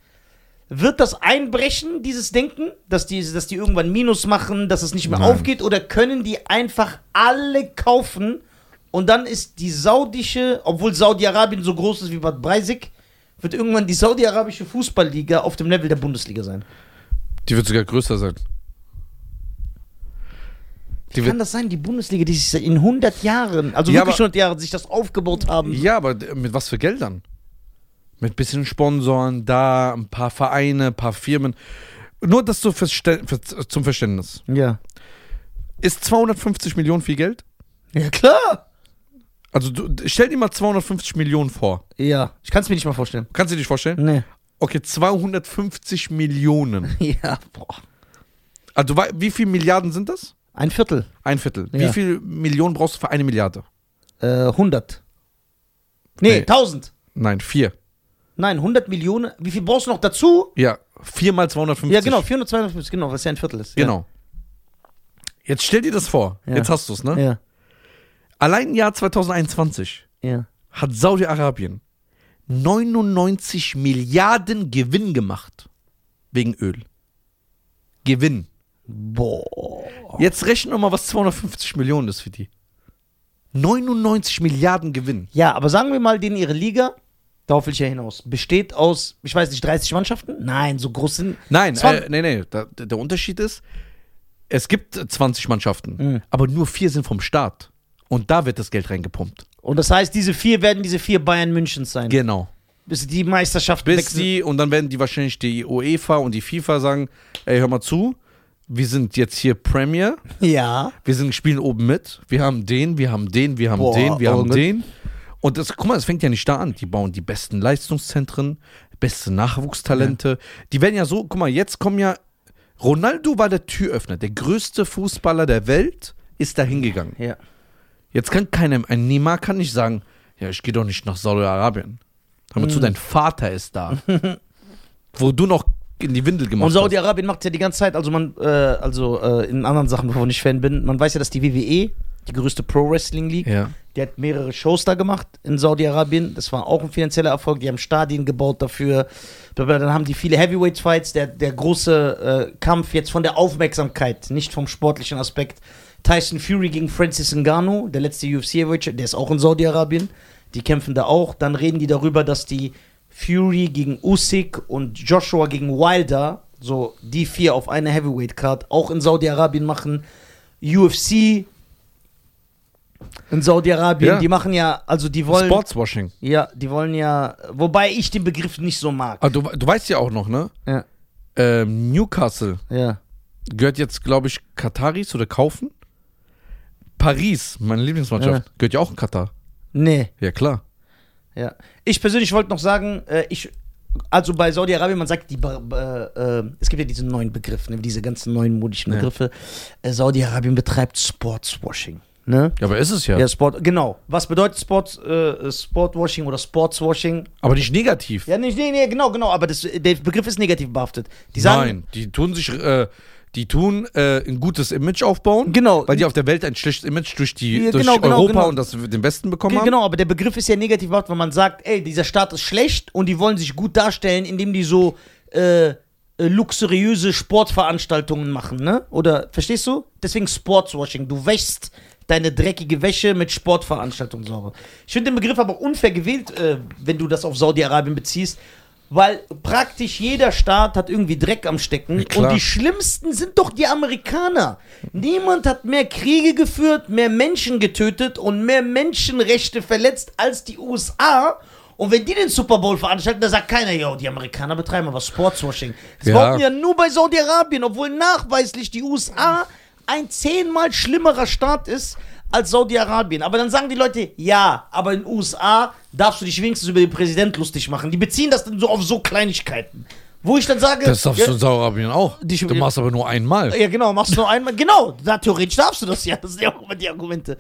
Speaker 2: wird das einbrechen, dieses Denken, dass die, dass die irgendwann Minus machen, dass es nicht mehr
Speaker 1: Nein.
Speaker 2: aufgeht, oder können die einfach alle kaufen und dann ist die saudische, obwohl Saudi-Arabien so groß ist wie Bad Breisig, wird irgendwann die saudi-arabische Fußballliga auf dem Level der Bundesliga sein.
Speaker 1: Die wird sogar größer sein. Die
Speaker 2: Wie kann
Speaker 1: wird,
Speaker 2: das sein, die Bundesliga, die sich in 100 Jahren, also
Speaker 1: Ja,
Speaker 2: wirklich
Speaker 1: aber-
Speaker 2: 100 Jahren, sich das aufgebaut haben?
Speaker 1: ja, aber d- mit was für Geldern? Mit bisschen Sponsoren, da, ein paar Vereine, ein paar Firmen. Nur das so fürs Ste- für, zum Verständnis.
Speaker 2: Ja.
Speaker 1: Ist 250 Millionen viel Geld?
Speaker 2: Ja, klar.
Speaker 1: Also du, d- stell dir mal 250 Millionen vor.
Speaker 2: Ja, ich kann es mir nicht mal vorstellen.
Speaker 1: Kannst du dir das vorstellen?
Speaker 2: Nee.
Speaker 1: Okay, 250 Millionen.
Speaker 2: Ja, boah.
Speaker 1: Also wa- wie viel Milliarden sind das?
Speaker 2: Ein Viertel.
Speaker 1: Ein Viertel.
Speaker 2: Ja.
Speaker 1: Wie viel Millionen brauchst du für eine Milliarde?
Speaker 2: Äh, 100. Nee,
Speaker 1: Nee.
Speaker 2: 1000.
Speaker 1: Nein, vier.
Speaker 2: Nein, 100 Millionen. Wie viel brauchst du noch dazu?
Speaker 1: Ja, vier mal 250.
Speaker 2: Ja, genau, 452, genau, was ja ein Viertel ist.
Speaker 1: Genau. Jetzt stell dir das vor.
Speaker 2: Ja.
Speaker 1: Jetzt hast du es, ne?
Speaker 2: Ja,
Speaker 1: Allein im Jahr 2021
Speaker 2: ja.
Speaker 1: hat Saudi-Arabien 99 Milliarden Gewinn gemacht. Wegen Öl. Gewinn.
Speaker 2: Boah.
Speaker 1: Jetzt rechnen wir mal, was 250 Millionen ist für die. 99 Milliarden Gewinn.
Speaker 2: Ja, aber sagen wir mal, denen ihre Liga, darauf will ich ja hinaus, besteht aus, ich weiß nicht, 30 Mannschaften? Nein, so groß sind.
Speaker 1: Nein,
Speaker 2: Zwan-
Speaker 1: äh, nee, nee. Da, der Unterschied ist, es gibt 20 Mannschaften,
Speaker 2: Mhm.
Speaker 1: aber nur vier sind vom Staat. Und da wird das Geld reingepumpt.
Speaker 2: Und das heißt, diese vier werden diese vier Bayern Münchens sein.
Speaker 1: Genau.
Speaker 2: bis die Meisterschaft
Speaker 1: Bis
Speaker 2: wechseln.
Speaker 1: die, und dann werden die wahrscheinlich die UEFA und die FIFA sagen, ey, hör mal zu, wir sind jetzt hier Premier,
Speaker 2: Ja.
Speaker 1: wir sind, spielen oben mit, wir haben den, wir haben den, wir haben
Speaker 2: Boah,
Speaker 1: den, wir
Speaker 2: oh
Speaker 1: haben
Speaker 2: Gott.
Speaker 1: den. Und das, guck mal, das fängt ja nicht da an. Die bauen die besten Leistungszentren, beste Nachwuchstalente. Die werden ja so, guck mal, jetzt kommen ja, Ronaldo war der Türöffner, der größte Fußballer der Welt ist da hingegangen.
Speaker 2: Ja.
Speaker 1: Jetzt kann keiner, ein Neymar kann nicht sagen, ja, ich gehe doch nicht nach Saudi-Arabien. Hör
Speaker 2: Mhm.
Speaker 1: mal zu, dein Vater ist
Speaker 2: [laughs]
Speaker 1: da. wo du noch in die Windel gemacht
Speaker 2: Und Saudi-Arabien macht ja die ganze Zeit, also man, äh, also äh, in anderen Sachen, wovon ich Fan bin, man weiß ja, dass die WWE, die größte Pro-Wrestling-League,
Speaker 1: hast. Ja.
Speaker 2: die hat mehrere Shows da gemacht in Saudi-Arabien. Das war auch ein finanzieller Erfolg. Die haben Stadien gebaut dafür. Blablabla. Dann haben die viele Heavyweight-Fights. Der, der große äh, Kampf jetzt von der Aufmerksamkeit, nicht vom sportlichen Aspekt. Tyson Fury gegen Francis Ngannou, der letzte UFC-Heavyweight, der ist auch in Saudi-Arabien. Die kämpfen da auch. Dann reden die darüber, dass die Fury gegen Usyk und Joshua gegen Wilder, so die vier auf einer Heavyweight-Card, auch in Saudi-Arabien machen. UFC in Saudi-Arabien,
Speaker 1: Ja.
Speaker 2: die machen ja, also die wollen.
Speaker 1: Sportswashing.
Speaker 2: Ja, die wollen ja, wobei ich den Begriff nicht so mag.
Speaker 1: Aber Ah, du, du weißt ja auch noch, ne?
Speaker 2: Ja,
Speaker 1: Ähm, Newcastle
Speaker 2: ja.
Speaker 1: gehört jetzt, glaube ich, Kataris oder kaufen. Paris, meine Lieblingsmannschaft, gehört ja auch in Katar.
Speaker 2: Nee,
Speaker 1: Ja, klar.
Speaker 2: ja. Ich persönlich wollte noch sagen, äh, ich, also bei Saudi-Arabien, man sagt, die, Bar- äh, äh, es gibt ja diesen neuen Begriff, ne, diese ganzen neuen modischen
Speaker 1: Ja.
Speaker 2: Begriffe. Äh, Saudi-Arabien betreibt Sportswashing. Ne?
Speaker 1: Ja, aber ist es ja.
Speaker 2: Ja. Sport, genau. Was bedeutet Sport, äh, Sportwashing oder Sportswashing?
Speaker 1: Aber nicht negativ.
Speaker 2: Ja, nicht, nee, nee, genau, genau, aber das, der Begriff ist negativ behaftet. Die sagen,
Speaker 1: Nein, die tun sich, äh, die tun äh, ein gutes Image aufbauen,
Speaker 2: Genau.
Speaker 1: weil die auf der Welt ein schlechtes Image durch, die,
Speaker 2: Ja,
Speaker 1: durch
Speaker 2: genau, genau,
Speaker 1: Europa
Speaker 2: genau.
Speaker 1: und das, den Westen bekommen
Speaker 2: Ge-
Speaker 1: haben.
Speaker 2: Genau, aber der Begriff ist ja negativ überhaupt, wenn man sagt, ey, dieser Staat ist schlecht und die wollen sich gut darstellen, indem die so äh, äh, luxuriöse Sportveranstaltungen machen, ne? Oder verstehst du? Deswegen Sportswashing. Du wäschst deine dreckige Wäsche mit Sportveranstaltungen sauber. Ich finde den Begriff aber unfair gewählt, äh, wenn du das auf Saudi-Arabien beziehst. Weil praktisch jeder Staat hat irgendwie Dreck am Stecken.
Speaker 1: klar.
Speaker 2: und die schlimmsten sind doch die Amerikaner. Niemand hat mehr Kriege geführt, mehr Menschen getötet und mehr Menschenrechte verletzt als die USA. Und wenn die den Super Bowl veranstalten, da sagt keiner, yo, die Amerikaner betreiben aber Sportswashing. Das
Speaker 1: Ja.
Speaker 2: behaupten ja nur bei Saudi-Arabien, obwohl nachweislich die USA ein zehnmal schlimmerer Staat ist als Saudi-Arabien. Aber dann sagen die Leute, ja, aber in den USA darfst du dich wenigstens über den Präsident lustig machen. Die beziehen das dann so auf so Kleinigkeiten. Wo ich dann sage,
Speaker 1: Das darfst du in Saudi-Arabien auch.
Speaker 2: Die Schu-
Speaker 1: du machst aber nur einmal.
Speaker 2: ja, ja genau, machst du nur einmal. Genau, da theoretisch darfst du das ja. Das sind ja auch immer die Argumente.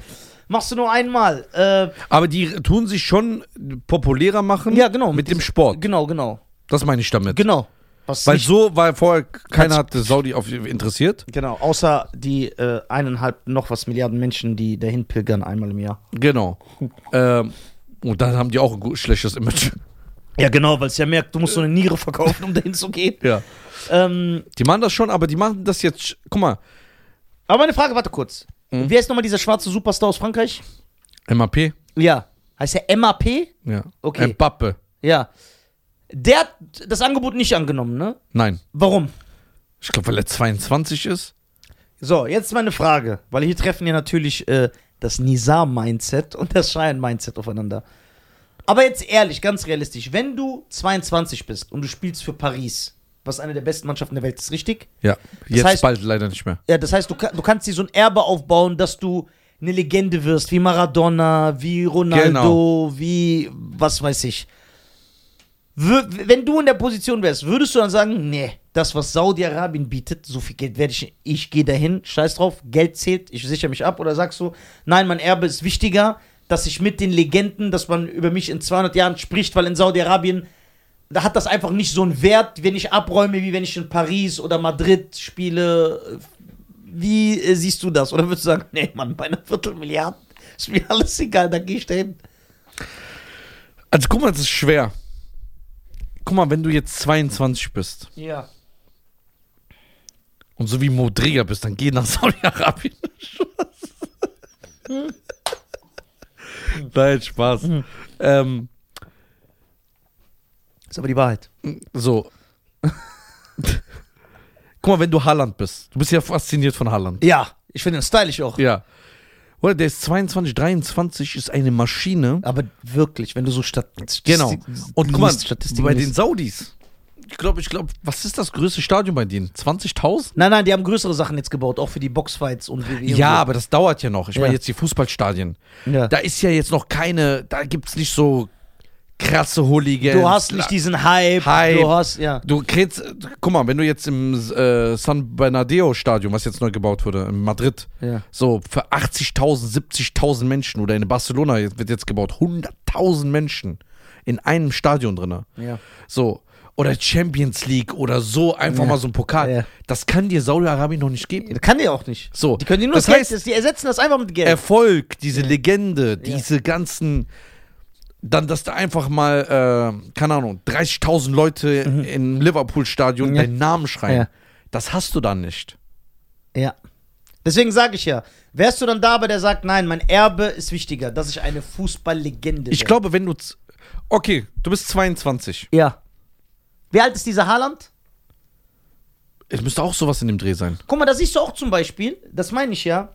Speaker 2: Machst du nur einmal. Äh,
Speaker 1: Aber die tun sich schon populärer machen
Speaker 2: Ja, genau.
Speaker 1: mit dem Sport.
Speaker 2: genau, genau,
Speaker 1: Das meine ich damit.
Speaker 2: genau. Was
Speaker 1: Weil
Speaker 2: nicht-
Speaker 1: so, weil vorher keiner hatte Saudi auf interessiert.
Speaker 2: genau, außer die äh, eineinhalb noch was Milliarden Menschen, die dahin pilgern einmal im Jahr.
Speaker 1: Genau. ähm, und dann haben die auch ein gut, schlechtes Image.
Speaker 2: Ja, genau, weil es ja merkt, du musst so eine Niere verkaufen, um dahin zu gehen.
Speaker 1: Ja.
Speaker 2: Ähm,
Speaker 1: Die machen das schon, aber die machen das jetzt. sch- Guck mal,
Speaker 2: aber meine Frage, warte kurz. Wer ist nochmal dieser schwarze Superstar aus Frankreich?
Speaker 1: MAP.
Speaker 2: Ja. Heißt er MAP?
Speaker 1: Ja.
Speaker 2: Okay.
Speaker 1: Mbappe.
Speaker 2: Ja. Der hat das Angebot nicht angenommen, ne?
Speaker 1: Nein.
Speaker 2: Warum?
Speaker 1: Ich glaube, weil er 22 ist.
Speaker 2: So, jetzt meine Frage, weil hier treffen ja natürlich äh, das Nizar-Mindset und das Schein-Mindset aufeinander. Aber jetzt ehrlich, ganz realistisch, wenn du 22 bist und du spielst für Paris, was eine der besten Mannschaften der Welt ist, richtig?
Speaker 1: Ja. Jetzt
Speaker 2: heißt-
Speaker 1: bald leider nicht mehr.
Speaker 2: Ja, das heißt, du, ka- du kannst dir so ein Erbe aufbauen, dass du eine Legende wirst, wie Maradona, wie Ronaldo, wie was weiß ich. Wür- Wenn du in der Position wärst, würdest du dann sagen, nee, das, was Saudi-Arabien bietet, so viel Geld werde ich, ich gehe dahin, scheiß drauf, Geld zählt, ich sichere mich ab, oder sagst du, nein, mein Erbe ist wichtiger, dass ich mit den Legenden, dass man über mich in 200 Jahren spricht, weil in Saudi-Arabien da hat das einfach nicht so einen Wert, wenn ich abräume, wie wenn ich in Paris oder Madrid spiele. Wie äh, siehst du das? Oder würdest du sagen, nee, Mann, bei einer Viertelmilliarde ist mir alles egal, da gehe ich dahin.
Speaker 1: Also guck mal, das ist schwer. Guck mal, wenn du jetzt 22 bist
Speaker 2: Ja.
Speaker 1: und so wie Modriga bist, dann geh nach Saudi-Arabien.
Speaker 2: Hm.
Speaker 1: [laughs] Nein, Spaß. Ähm,
Speaker 2: Ist aber die Wahrheit.
Speaker 1: so. guck mal, wenn du Haaland bist. Du bist ja fasziniert von Haaland.
Speaker 2: Ja, ich finde den stylisch auch.
Speaker 1: Ja. Oder der ist 22, 23, ist eine Maschine.
Speaker 2: Aber wirklich, wenn du so Statistik.
Speaker 1: Genau. Und guck mal, bei den
Speaker 2: liest.
Speaker 1: Saudis. Ich glaube, ich glaube, was ist das größte Stadion bei denen? 20.000?
Speaker 2: Nein, nein, die haben größere Sachen jetzt gebaut, auch für die Boxfights und WWE.
Speaker 1: Ja, aber das dauert ja noch. Ich
Speaker 2: Ja.
Speaker 1: meine jetzt die Fußballstadien.
Speaker 2: und so. ja.
Speaker 1: Da ist ja jetzt noch keine, da gibt es nicht so krasse Hooligans.
Speaker 2: du hast nicht diesen Hype.
Speaker 1: Hype.
Speaker 2: Du hast, ja.
Speaker 1: Du kriegst, guck mal, wenn du jetzt im äh, San Bernardeo Stadion, was jetzt neu gebaut wurde, in Madrid,
Speaker 2: Ja.
Speaker 1: so für 80.000, 70.000 Menschen oder in Barcelona jetzt- wird jetzt gebaut, 100.000 Menschen in einem Stadion drinne.
Speaker 2: ja.
Speaker 1: So. Oder Champions League oder so, einfach
Speaker 2: Ja.
Speaker 1: mal so ein Pokal.
Speaker 2: Ja.
Speaker 1: Das kann dir Saudi-Arabien noch nicht geben.
Speaker 2: Kann die auch nicht.
Speaker 1: So,
Speaker 2: Die können die nur
Speaker 1: das
Speaker 2: das Geld,
Speaker 1: heißt-
Speaker 2: das- die ersetzen das einfach mit Geld.
Speaker 1: Erfolg, diese Legende, diese ganzen. Dann, dass da einfach mal, äh, keine Ahnung, 30.000 Leute im Liverpool-Stadion
Speaker 2: Mhm. Ja.
Speaker 1: deinen Namen schreien.
Speaker 2: Ja.
Speaker 1: Das hast du dann nicht.
Speaker 2: Ja. Deswegen sage ich ja, wärst du dann da, aber der sagt, nein, mein Erbe ist wichtiger, dass ich eine Fußballlegende
Speaker 1: Ich
Speaker 2: werde.
Speaker 1: glaube, wenn du. z- Okay, du bist 22.
Speaker 2: Ja. Wie alt ist dieser Haaland?
Speaker 1: Es müsste auch sowas in dem Dreh sein.
Speaker 2: Guck mal, da siehst du auch zum Beispiel, das meine ich ja,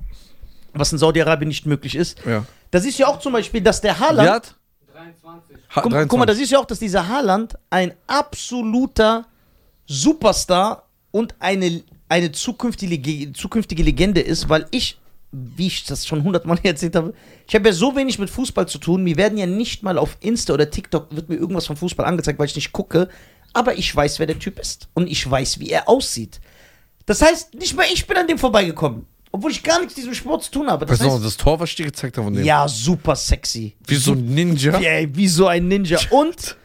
Speaker 2: was in Saudi-Arabien nicht möglich ist.
Speaker 1: Ja.
Speaker 2: Da siehst du ja auch zum Beispiel, dass der Haaland.
Speaker 1: Wie alt?
Speaker 3: 23.
Speaker 1: Ha-
Speaker 2: guck, guck mal, da
Speaker 1: 23.
Speaker 2: siehst du ja auch, dass dieser Haaland ein absoluter Superstar und eine, eine zukünftige, Lege- zukünftige Legende ist, weil ich, wie ich das schon hundertmal [laughs] erzählt habe, ich habe ja so wenig mit Fußball zu tun. Mir werden ja nicht mal auf Insta oder TikTok wird mir irgendwas von Fußball angezeigt, weil ich nicht gucke. Aber ich weiß, wer der Typ ist und ich weiß, wie er aussieht. Das heißt, nicht mal ich bin an dem vorbeigekommen, obwohl ich gar nichts mit diesem Sport zu tun habe. Das
Speaker 1: Weißt du noch,
Speaker 2: heißt,
Speaker 1: das Tor, was ich dir gezeigt habe von dem?
Speaker 2: ja, super sexy.
Speaker 1: Wie so ein Ninja.
Speaker 2: Ey, wie so ein Ninja. Und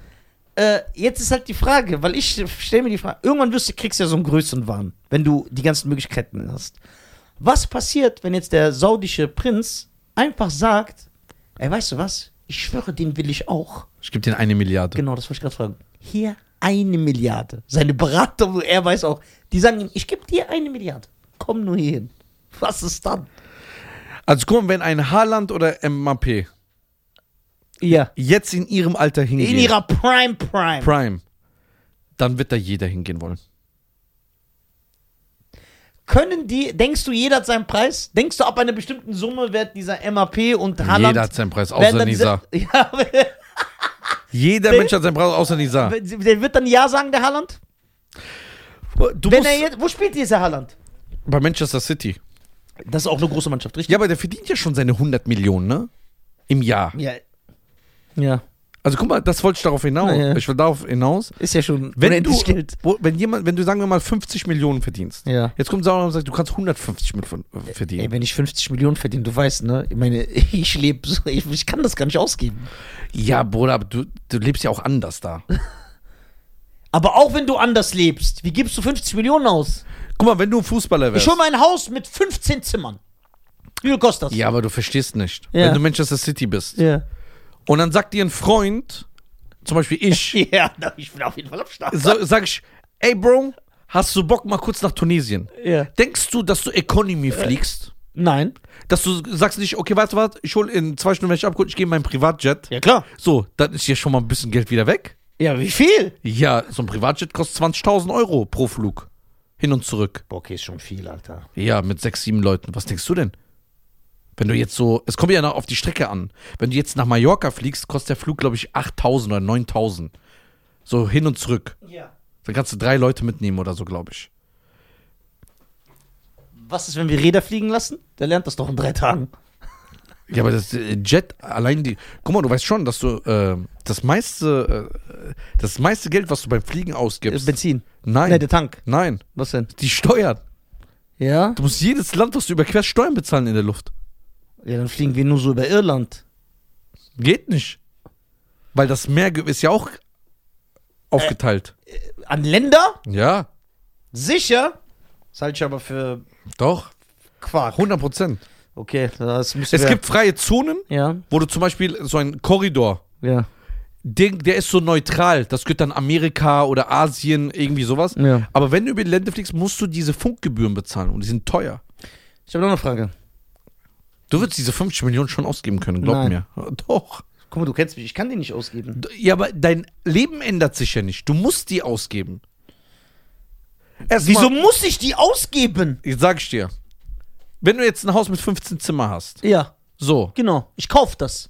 Speaker 2: äh, jetzt ist halt die Frage, weil ich stelle mir die Frage, irgendwann wirst du, kriegst du ja so einen Größenwahn, wenn du die ganzen Möglichkeiten hast. Was passiert, wenn jetzt der saudische Prinz einfach sagt, ey, weißt du was, ich schwöre, den will ich auch.
Speaker 1: Ich gebe dir eine Milliarde.
Speaker 2: Genau, das wollte ich gerade fragen. Hier eine Milliarde. Seine Berater, wo er weiß auch, die sagen ihm, ich gebe dir eine Milliarde. Komm nur hierhin. Was ist dann?
Speaker 1: Also guck mal, wenn ein Haaland oder MAP
Speaker 2: Ja.
Speaker 1: jetzt in ihrem Alter hingehen.
Speaker 2: In ihrer Prime Prime.
Speaker 1: Prime, dann wird da jeder hingehen wollen.
Speaker 2: Können die, denkst du, jeder hat seinen Preis? Denkst du, ab einer bestimmten Summe wird dieser MAP und Haaland...
Speaker 1: jeder hat seinen Preis,
Speaker 2: werden
Speaker 1: außer
Speaker 2: dann
Speaker 1: Nisa.
Speaker 2: diese- [laughs] Ja,
Speaker 1: Jeder Mensch hat seinen Preis, außer Nisa.
Speaker 2: der wird dann Ja sagen, der Haaland?
Speaker 1: Du
Speaker 2: Wenn er jetzt, wo spielt dieser Haaland?
Speaker 1: bei Manchester City.
Speaker 2: Das ist auch eine große Mannschaft, richtig?
Speaker 1: Ja, aber der verdient ja schon seine 100 Millionen, ne? Im Jahr.
Speaker 2: Ja. ja.
Speaker 1: Also guck mal, das wollte ich darauf hinaus.
Speaker 2: Naja.
Speaker 1: Ich will darauf hinaus.
Speaker 2: Ist ja schon
Speaker 1: Wenn du,
Speaker 2: unendlich Geld.
Speaker 1: wo, wenn jemand, wenn du sagen wir mal 50 Millionen verdienst,
Speaker 2: Ja.
Speaker 1: jetzt kommt Sauer und sagt, du kannst 150 mit von- äh, verdienen.
Speaker 2: Ey, wenn ich 50 Millionen verdiene, du weißt, ne? Ich meine, [laughs] ich lebe so, ich, ich kann das gar nicht ausgeben.
Speaker 1: ja, Bruder, aber du, du lebst ja auch anders da.
Speaker 2: Aber auch wenn du anders lebst, wie gibst du 50 Millionen aus?
Speaker 1: Guck mal, wenn du ein Fußballer
Speaker 2: Ich
Speaker 1: wärst.
Speaker 2: hole mir ein Haus mit 15 Zimmern. Wie viel kostet das?
Speaker 1: Ja, aber du verstehst nicht.
Speaker 2: Ja.
Speaker 1: Wenn du Manchester City bist.
Speaker 2: Ja,
Speaker 1: Und dann sagt dir ein Freund, zum Beispiel ich,
Speaker 2: ja [laughs] na, ich bin auf jeden Fall am Start.
Speaker 1: so, sag ich, ey Bro, hast du Bock mal kurz nach Tunesien?
Speaker 2: Ja.
Speaker 1: Denkst du, dass du Economy fliegst?
Speaker 2: Nein.
Speaker 1: Dass du sagst nicht, okay, weißt du was, ich hol in zwei Stunden, wenn ich abgeholt, ich gehe in meinen Privatjet.
Speaker 2: Ja, klar.
Speaker 1: So, dann ist hier schon mal ein bisschen Geld wieder weg.
Speaker 2: Ja, wie viel?
Speaker 1: Ja, so ein Privatjet kostet 20.000 Euro pro Flug. Hin und zurück.
Speaker 2: Boah, okay, ist schon viel, Alter.
Speaker 1: Ja, mit sechs, sieben Leuten. Was denkst du denn? Wenn du jetzt so, es kommt ja noch auf die Strecke an. Wenn du jetzt nach Mallorca fliegst, kostet der Flug, glaube ich, 8.000 oder 9.000. So hin und zurück.
Speaker 2: Ja.
Speaker 1: Dann kannst du drei Leute mitnehmen oder so, glaube ich.
Speaker 2: Was ist, wenn wir Räder fliegen lassen? Der lernt das doch in drei Tagen.
Speaker 1: Ja, aber das äh, Jet, allein die. Guck mal, du weißt schon, dass du äh, das meiste, äh, das meiste Geld, was du beim Fliegen
Speaker 2: Äh,
Speaker 1: ausgibst.
Speaker 2: Benzin.
Speaker 1: nein,
Speaker 2: Nein, der Tank.
Speaker 1: nein,
Speaker 2: Was denn?
Speaker 1: die Steuern.
Speaker 2: Ja?
Speaker 1: Du musst jedes Land, was du überquerst, Steuern bezahlen in der Luft.
Speaker 2: Ja, dann fliegen wir nur so über Irland.
Speaker 1: Geht nicht. Weil das Meer ge- ist ja auch aufgeteilt.
Speaker 2: An Länder?
Speaker 1: Ja,
Speaker 2: Sicher? Das halte ich aber für
Speaker 1: doch.
Speaker 2: Quark.
Speaker 1: 100 Prozent.
Speaker 2: Okay, das müssen
Speaker 1: Es
Speaker 2: wir.
Speaker 1: gibt freie Zonen,
Speaker 2: Ja,
Speaker 1: wo du zum Beispiel so einen Korridor,
Speaker 2: ja.
Speaker 1: den, der ist so neutral. Das gehört dann Amerika oder Asien, irgendwie sowas.
Speaker 2: Ja.
Speaker 1: Aber wenn du über die Länder fliegst, musst du diese Funkgebühren bezahlen und die sind teuer.
Speaker 2: Ich habe noch eine Frage.
Speaker 1: Du würdest diese 50 Millionen schon ausgeben können, glaub
Speaker 2: Nein.
Speaker 1: mir. [laughs] Doch.
Speaker 2: Guck mal, du kennst mich, ich kann die nicht ausgeben.
Speaker 1: Ja, aber dein Leben ändert sich ja nicht. Du musst die ausgeben. Erst
Speaker 2: Wieso
Speaker 1: Mal,
Speaker 2: muss ich die ausgeben?
Speaker 1: ich sag ich dir. Wenn du jetzt ein Haus mit 15 Zimmer hast,
Speaker 2: Ja,
Speaker 1: so,
Speaker 2: genau. Ich kaufe das.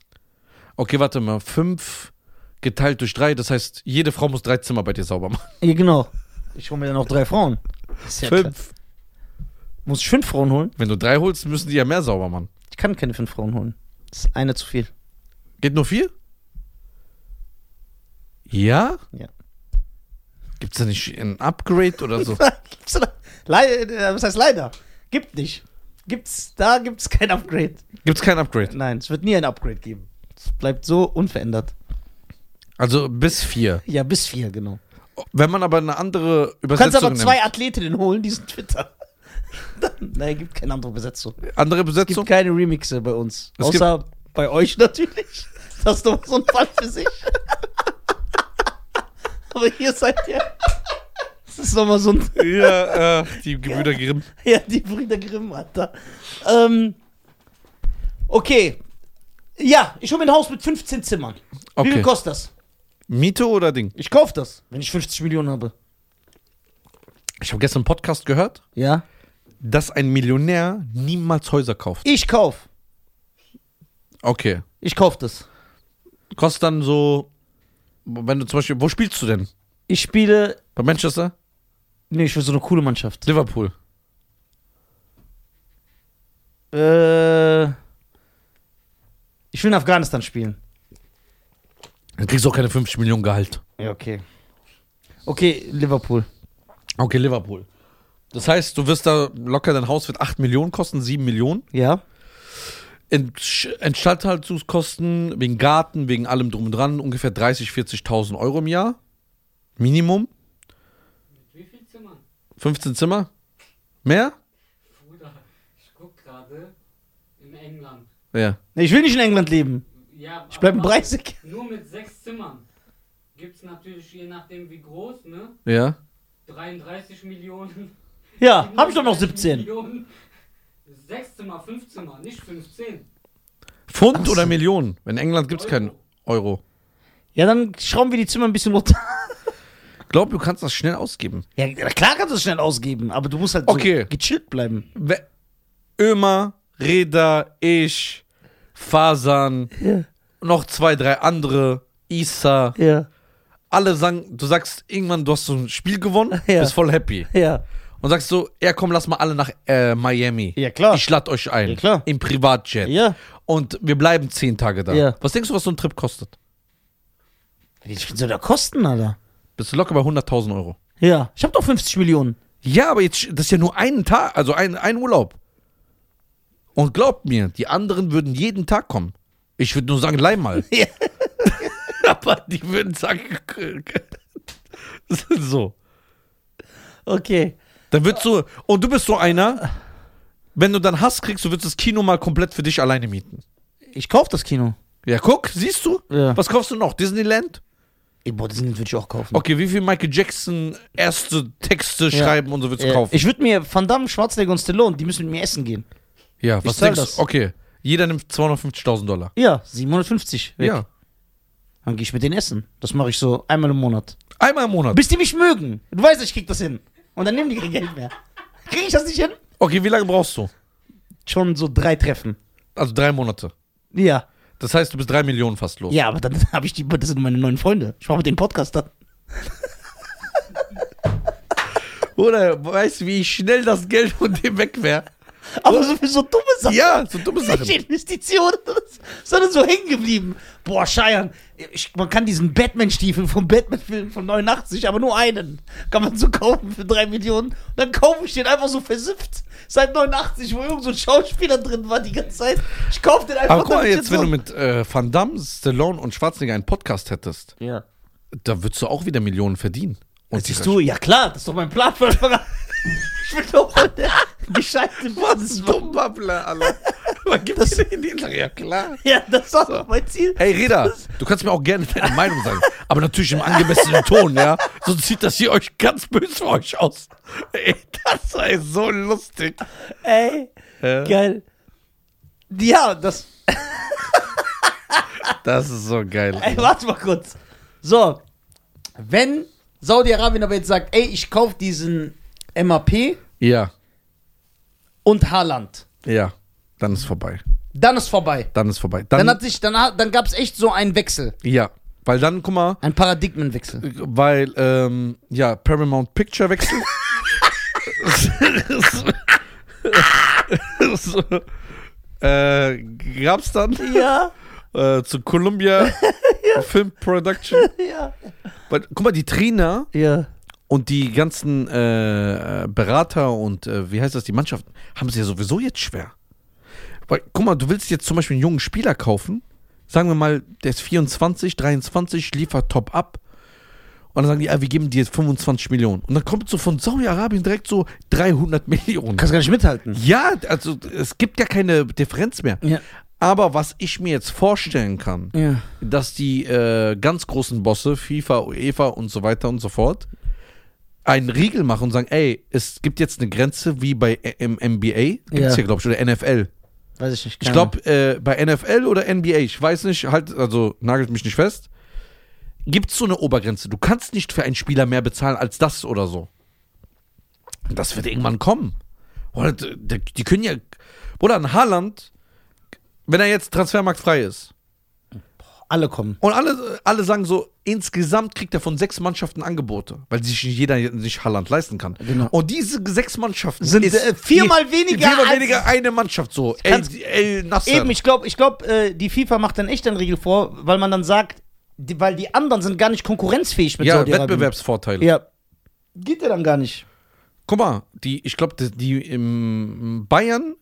Speaker 1: okay, warte mal, 5 geteilt durch 3, das heißt, jede Frau muss drei Zimmer bei dir sauber machen.
Speaker 2: Ja, genau. Ich hole mir dann noch drei Frauen. Ist ja klar.
Speaker 1: fünf.
Speaker 2: Muss ich fünf Frauen holen?
Speaker 1: Wenn du drei holst, müssen die ja mehr sauber machen.
Speaker 2: Ich kann keine fünf Frauen holen. Das ist eine zu viel.
Speaker 1: Geht nur vier? Ja?
Speaker 2: Ja.
Speaker 1: Gibt's da nicht ein Upgrade oder
Speaker 2: [laughs]
Speaker 1: so?
Speaker 2: Gibt's da- leider, äh, was heißt leider? Gibt nicht. Gibt's, da gibt's kein Upgrade.
Speaker 1: Gibt's kein Upgrade?
Speaker 2: Nein, es wird nie ein Upgrade geben. Es bleibt so unverändert.
Speaker 1: Also bis vier.
Speaker 2: Ja, bis vier, genau.
Speaker 1: Wenn man aber eine andere
Speaker 2: Du kannst
Speaker 1: Übersetzung
Speaker 2: aber zwei
Speaker 1: nimmt,
Speaker 2: Athletinnen holen, die sind fitter. [laughs] Dann, nein, gibt keine andere Besetzung.
Speaker 1: andere
Speaker 2: Es
Speaker 1: Besetzung,
Speaker 2: gibt keine Remixe bei uns.
Speaker 1: Es gibt-
Speaker 2: Außer bei euch natürlich. Das ist doch so ein Fall
Speaker 1: [laughs]
Speaker 2: für sich. Aber hier seid ihr. Das ist nochmal so ein.
Speaker 1: ja, äh, die Gebrüder Grimm.
Speaker 2: [laughs] Ja, die Brüder Grimm, Alter. Ähm, okay. Ja, ich hole mir ein Haus mit 15 Zimmern. Wie viel
Speaker 1: Okay.
Speaker 2: kostet das?
Speaker 1: Miete oder Ding?
Speaker 2: Ich kaufe das, wenn ich 50 Millionen habe.
Speaker 1: Ich habe gestern einen Podcast gehört,
Speaker 2: Ja?
Speaker 1: dass ein Millionär niemals Häuser kauft.
Speaker 2: Ich kauf.
Speaker 1: Okay.
Speaker 2: Ich kauf das.
Speaker 1: Kostet dann so, wenn du zum Beispiel, wo spielst du denn?
Speaker 2: Ich spiele.
Speaker 1: Bei Manchester?
Speaker 2: Nee, ich will so eine coole Mannschaft.
Speaker 1: Liverpool.
Speaker 2: Äh. Ich will in Afghanistan spielen.
Speaker 1: Dann kriegst du auch keine 50 Millionen Gehalt.
Speaker 2: Ja, okay. Okay, Liverpool.
Speaker 1: Okay, Liverpool. Das heißt, du wirst da locker, dein Haus wird 8 Millionen kosten, 7 Millionen.
Speaker 2: Ja.
Speaker 1: Entsch- Instandhaltungskosten wegen Garten, wegen allem drum und dran, ungefähr 30.000, 40.000 Euro im Jahr. Minimum.
Speaker 3: Mit wie viel Zimmern?
Speaker 1: 15 Zimmer. Mehr?
Speaker 3: Bruder, ich guck gerade in England.
Speaker 1: Ja.
Speaker 2: Nee, ich will nicht in England leben.
Speaker 3: Ja,
Speaker 2: Ich bleibe in
Speaker 3: aber
Speaker 2: Breisig.
Speaker 3: Nur mit sechs Zimmern. Gibt's natürlich, je nachdem wie groß, ne?
Speaker 1: Ja.
Speaker 3: 33 Millionen.
Speaker 2: Ja, hab ich doch noch
Speaker 3: 37
Speaker 2: 17.
Speaker 3: Millionen. Sechs Zimmer, fünf Zimmer, nicht 15.
Speaker 1: Pfund
Speaker 2: Ach so.
Speaker 1: oder Millionen? In England gibt es
Speaker 3: Euro.
Speaker 1: keinen Euro.
Speaker 2: Ja, dann schrauben wir die Zimmer ein bisschen runter.
Speaker 1: Glaub, du kannst das schnell ausgeben.
Speaker 2: Ja, klar kannst du es schnell ausgeben, aber du musst halt
Speaker 1: Okay.
Speaker 2: so gechillt bleiben.
Speaker 1: We- Ömer, Reda, ich, Fasan,
Speaker 2: Ja,
Speaker 1: noch zwei, drei andere, Isa,
Speaker 2: ja,
Speaker 1: alle sagen, du sagst irgendwann, du hast so ein Spiel gewonnen,
Speaker 2: [laughs] Ja.
Speaker 1: bist voll happy.
Speaker 2: ja.
Speaker 1: Und sagst so, ja komm, lass mal alle nach äh, Miami.
Speaker 2: Ja, klar.
Speaker 1: Ich lad euch ein.
Speaker 2: Ja, klar.
Speaker 1: Im Privatjet.
Speaker 2: Ja.
Speaker 1: Und wir bleiben zehn Tage da.
Speaker 2: Ja.
Speaker 1: Was denkst du, was so ein Trip kostet?
Speaker 2: Ich bin so der Kosten, Alter.
Speaker 1: Bist du locker bei 100.000 Euro.
Speaker 2: Ja, ich habe doch 50 Millionen.
Speaker 1: Ja, aber jetzt, das ist ja nur einen Tag, also ein, ein Urlaub. Und glaubt mir, die anderen würden jeden Tag kommen. Ich würde nur sagen, leih mal.
Speaker 2: [laughs] Ja.
Speaker 1: [laughs] aber die würden sagen, [laughs] so.
Speaker 2: Okay.
Speaker 1: Dann würdest du, und du bist so einer, wenn du dann Hass kriegst, du würdest das Kino mal komplett für dich alleine mieten.
Speaker 2: Ich kaufe das Kino.
Speaker 1: Ja, guck, siehst du?
Speaker 2: Ja. Hm.
Speaker 1: Was kaufst du noch? Disneyland?
Speaker 2: Ey, Boah, das würde ich auch kaufen.
Speaker 1: Okay, wie viel Michael Jackson erste Texte schreiben und so würdest du
Speaker 2: Ja.
Speaker 1: kaufen?
Speaker 2: Äh, Ich würde mir Van Damme, Schwarzenegger und Stallone, die müssen mit mir essen gehen.
Speaker 1: ja, was
Speaker 2: zahl
Speaker 1: denkst
Speaker 2: das.
Speaker 1: du? Okay, jeder nimmt 250.000 Dollar.
Speaker 2: Ja, 750. Weg.
Speaker 1: Ja.
Speaker 2: Dann gehe ich mit denen essen. Das mache ich so einmal im Monat.
Speaker 1: Einmal im Monat.
Speaker 2: Bis die mich mögen. Du weißt, ich krieg das hin. Und dann nehmen die kein Geld mehr. Krieg ich das nicht hin?
Speaker 1: Okay, wie lange brauchst du?
Speaker 2: Schon so drei Treffen.
Speaker 1: Also drei Monate.
Speaker 2: Ja.
Speaker 1: Das heißt, du bist drei Millionen fast los.
Speaker 2: Ja, aber dann [laughs] habe ich die, das sind meine neuen Freunde. Ich mache mit den Podcast dann.
Speaker 1: Oder weißt du, wie schnell das Geld von dem weg wäre?
Speaker 2: Aber so für so dumme Sachen.
Speaker 1: Ja, so dumme
Speaker 2: Nicht
Speaker 1: Sachen.
Speaker 2: [laughs] Investitionen, sondern so hängen geblieben. Boah, Scheiern, ich, man kann diesen Batman-Stiefel vom Batman-Film von 89, aber nur einen, kann man so kaufen für 3 Millionen. Und dann kaufe ich den einfach so versifft. Seit 89, wo irgend so ein Schauspieler drin war die ganze Zeit. Ich kaufe den einfach
Speaker 1: Aber guck mal
Speaker 2: damit ich
Speaker 1: jetzt, wenn du
Speaker 2: so-
Speaker 1: mit äh, Van Damme, Stallone und Schwarzenegger einen Podcast hättest,
Speaker 2: Ja.
Speaker 1: da würdest du auch wieder Millionen verdienen. Und
Speaker 2: Das siehst du, ja klar, das ist doch mein Plan von Anfang an. [laughs] Ich bin doch voll
Speaker 1: [laughs]
Speaker 2: der gescheite Businessman.
Speaker 1: Dummbabbler,
Speaker 2: [laughs]
Speaker 1: Alter. Man gibt das in den Ja, klar.
Speaker 2: Ja, das war doch mein Ziel.
Speaker 1: Hey, Reda, du kannst mir auch gerne deine Meinung sagen. Aber natürlich im angemessenen Ton, ja? Sonst sieht das hier euch ganz böse für euch aus. Ey, das sei so lustig.
Speaker 2: Ey, geil. Ja, das,
Speaker 1: Das ist so geil.
Speaker 2: Ey, warte mal kurz. So, wenn Saudi-Arabien aber jetzt sagt, ey, ich kaufe diesen MAP
Speaker 1: Ja,
Speaker 2: und Haaland,
Speaker 1: ja. Dann ist vorbei.
Speaker 2: dann ist vorbei.
Speaker 1: Dann ist vorbei.
Speaker 2: Dann, hat sich, dann, hat- dann gab es echt so einen Wechsel,
Speaker 1: Ja, weil dann, guck mal,
Speaker 2: einen Paradigmenwechsel.
Speaker 1: weil, ähm, ja, Paramount Picture Wechsel. [laughs] so, äh, gab's dann
Speaker 2: Ja,
Speaker 1: äh, zu
Speaker 2: [laughs]
Speaker 1: Columbia Film Production.
Speaker 2: ja,
Speaker 1: Weil, guck mal, die Trainer
Speaker 2: ja.
Speaker 1: und die ganzen äh, Berater und äh, wie heißt das, die Mannschaften, haben es ja sowieso jetzt schwer. Weil, guck mal, du willst jetzt zum Beispiel einen jungen Spieler kaufen, sagen wir mal, der ist 24, 23, liefert top ab. Und dann sagen die, ah, wir geben dir jetzt 25 Millionen. Und dann kommt so von Saudi-Arabien direkt so 300 Millionen.
Speaker 2: Kannst gar nicht mithalten.
Speaker 1: Ja, also es gibt ja keine Differenz mehr.
Speaker 2: Ja.
Speaker 1: Aber was ich mir jetzt vorstellen kann,
Speaker 2: Ja.
Speaker 1: dass die äh, ganz großen Bosse, FIFA, UEFA und so weiter und so fort, einen Riegel machen und sagen, ey, es gibt jetzt eine Grenze wie bei M NBA, gibt's
Speaker 2: Ja.
Speaker 1: ja. hier, glaube ich, oder NFL.
Speaker 2: Weiß ich nicht.
Speaker 1: Ich glaube, äh, bei NFL oder NBA, ich weiß nicht, halt, also nagelt mich nicht fest, gibt es so eine Obergrenze. Du kannst nicht für einen Spieler mehr bezahlen als das oder so. Das wird irgendwann kommen. Oder, d- d- die können ja. Oder ein Haaland, wenn er jetzt transfermarktfrei ist.
Speaker 2: alle kommen.
Speaker 1: Und alle, alle sagen so, insgesamt kriegt er von sechs Mannschaften Angebote, weil sich nicht jeder sich Haaland leisten kann.
Speaker 2: Genau.
Speaker 1: Und diese sechs Mannschaften
Speaker 2: Sind, äh, viermal weniger
Speaker 1: Viermal
Speaker 2: als-
Speaker 1: weniger eine Mannschaft so. El,
Speaker 2: Kannst-
Speaker 1: El Nasser.
Speaker 2: Eben, ich glaube, ich glaub, äh, die FIFA macht dann echt einen Riegel vor, weil man dann sagt, die, weil die anderen sind gar nicht konkurrenzfähig mit
Speaker 1: ja,
Speaker 2: Saudi-Arabien.
Speaker 1: Wettbewerbsvorteile.
Speaker 2: Ja. Geht ja dann gar nicht.
Speaker 1: Guck mal, die, ich glaube, die, die im Bayern,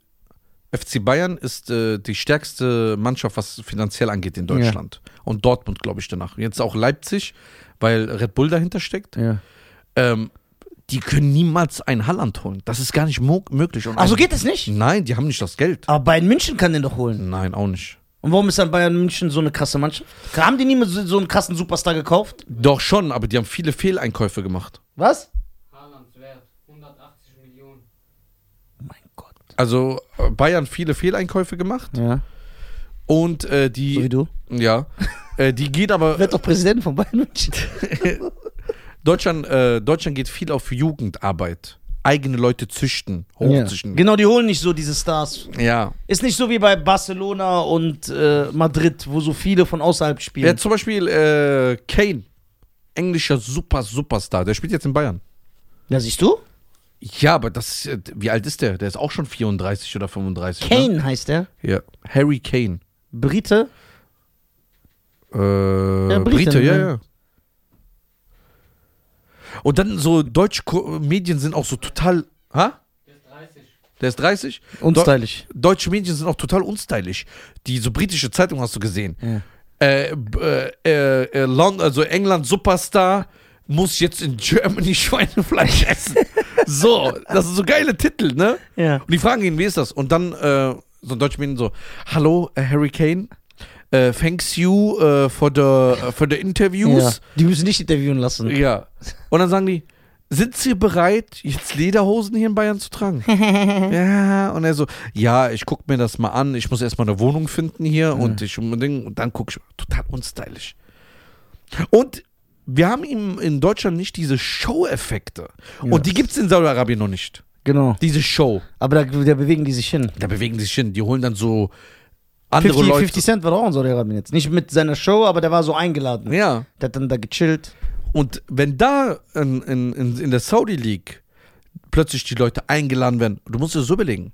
Speaker 1: FC Bayern ist äh, die stärkste Mannschaft, was finanziell angeht in Deutschland. Und Dortmund, glaube ich, danach. Jetzt auch Leipzig, weil Red Bull dahinter steckt.
Speaker 2: Ja.
Speaker 1: Ähm, die können niemals einen Halland holen. Das ist gar nicht mo- möglich. Und
Speaker 2: Also
Speaker 1: ein-
Speaker 2: geht es nicht?
Speaker 1: Nein, die haben nicht das Geld.
Speaker 2: Aber Bayern München kann den doch holen.
Speaker 1: Nein, auch nicht.
Speaker 2: Und warum ist dann Bayern München so eine krasse Mannschaft? Haben die nie mal so so einen krassen Superstar gekauft?
Speaker 1: Doch schon, aber die haben viele Fehleinkäufe gemacht.
Speaker 2: Was?
Speaker 3: Haalands Wert 180 Millionen.
Speaker 2: Oh mein Gott.
Speaker 1: Also äh, Bayern viele Fehleinkäufe gemacht
Speaker 2: Ja.
Speaker 1: und äh, die
Speaker 2: So wie du.
Speaker 1: ja, äh, die geht aber
Speaker 2: Werd doch Präsident von Bayern [laughs] München.
Speaker 1: Deutschland, äh, Deutschland geht viel auf Jugendarbeit. Eigene Leute züchten, hochzüchten. Ja.
Speaker 2: Genau, die holen nicht so diese Stars. Ist nicht so wie bei Barcelona und äh, Madrid, wo so viele von außerhalb spielen.
Speaker 1: Ja, zum Beispiel äh, Kane, englischer Super, Superstar, der spielt jetzt in Bayern.
Speaker 2: Ja, siehst du?
Speaker 1: Ja, aber das, ist, äh, wie alt ist der? Der ist auch schon 34 oder 35. Ne?
Speaker 2: Kane heißt er.
Speaker 1: Ja, Harry Kane.
Speaker 2: Brite.
Speaker 1: Äh,
Speaker 2: Brite,
Speaker 1: Brite, ja,
Speaker 2: ne?
Speaker 1: ja. Und dann so deutsche Ko- Medien sind auch so total. Ha?
Speaker 3: Der ist 30.
Speaker 1: Der ist 30?
Speaker 2: Unstylisch.
Speaker 1: Deutsche Medien sind auch total unstylisch. Die so britische Zeitung hast du gesehen.
Speaker 2: Ja.
Speaker 1: Äh, b- äh, äh, äh, Lon- also England Superstar muss jetzt in Germany [laughs] Schweinefleisch essen. so, das sind so geile Titel, ne?
Speaker 2: Ja.
Speaker 1: Und die fragen ihn, wie ist das? Und dann äh, so ein deutscher Medien so, hallo äh, Harry Kane, äh, thanks you äh, for the for the
Speaker 2: ja.
Speaker 1: interviews.
Speaker 2: Die müssen nicht interviewen lassen.
Speaker 1: Ja. Und dann sagen die, sind Sie bereit, jetzt Lederhosen hier in Bayern zu tragen? ja. Und er so, ja, ich guck mir das mal an. Ich muss erstmal eine Wohnung finden hier und ich unbedingt, und dann guck ich, total unstylisch. Und wir haben ihm in Deutschland nicht diese Show-Effekte. Und die gibt es in Saudi-Arabien noch nicht.
Speaker 2: Genau.
Speaker 1: Diese Show.
Speaker 2: Aber da, da bewegen die sich hin.
Speaker 1: Da bewegen die sich hin. Die holen dann so andere
Speaker 2: 50,
Speaker 1: Leute.
Speaker 2: 50 Cent war doch auch in Saudi-Arabien jetzt. Nicht mit seiner Show, aber der war so eingeladen.
Speaker 1: Ja.
Speaker 2: Der hat dann da gechillt.
Speaker 1: Und wenn da in, in, in, in der Saudi League plötzlich die Leute eingeladen werden, du musst dir so überlegen,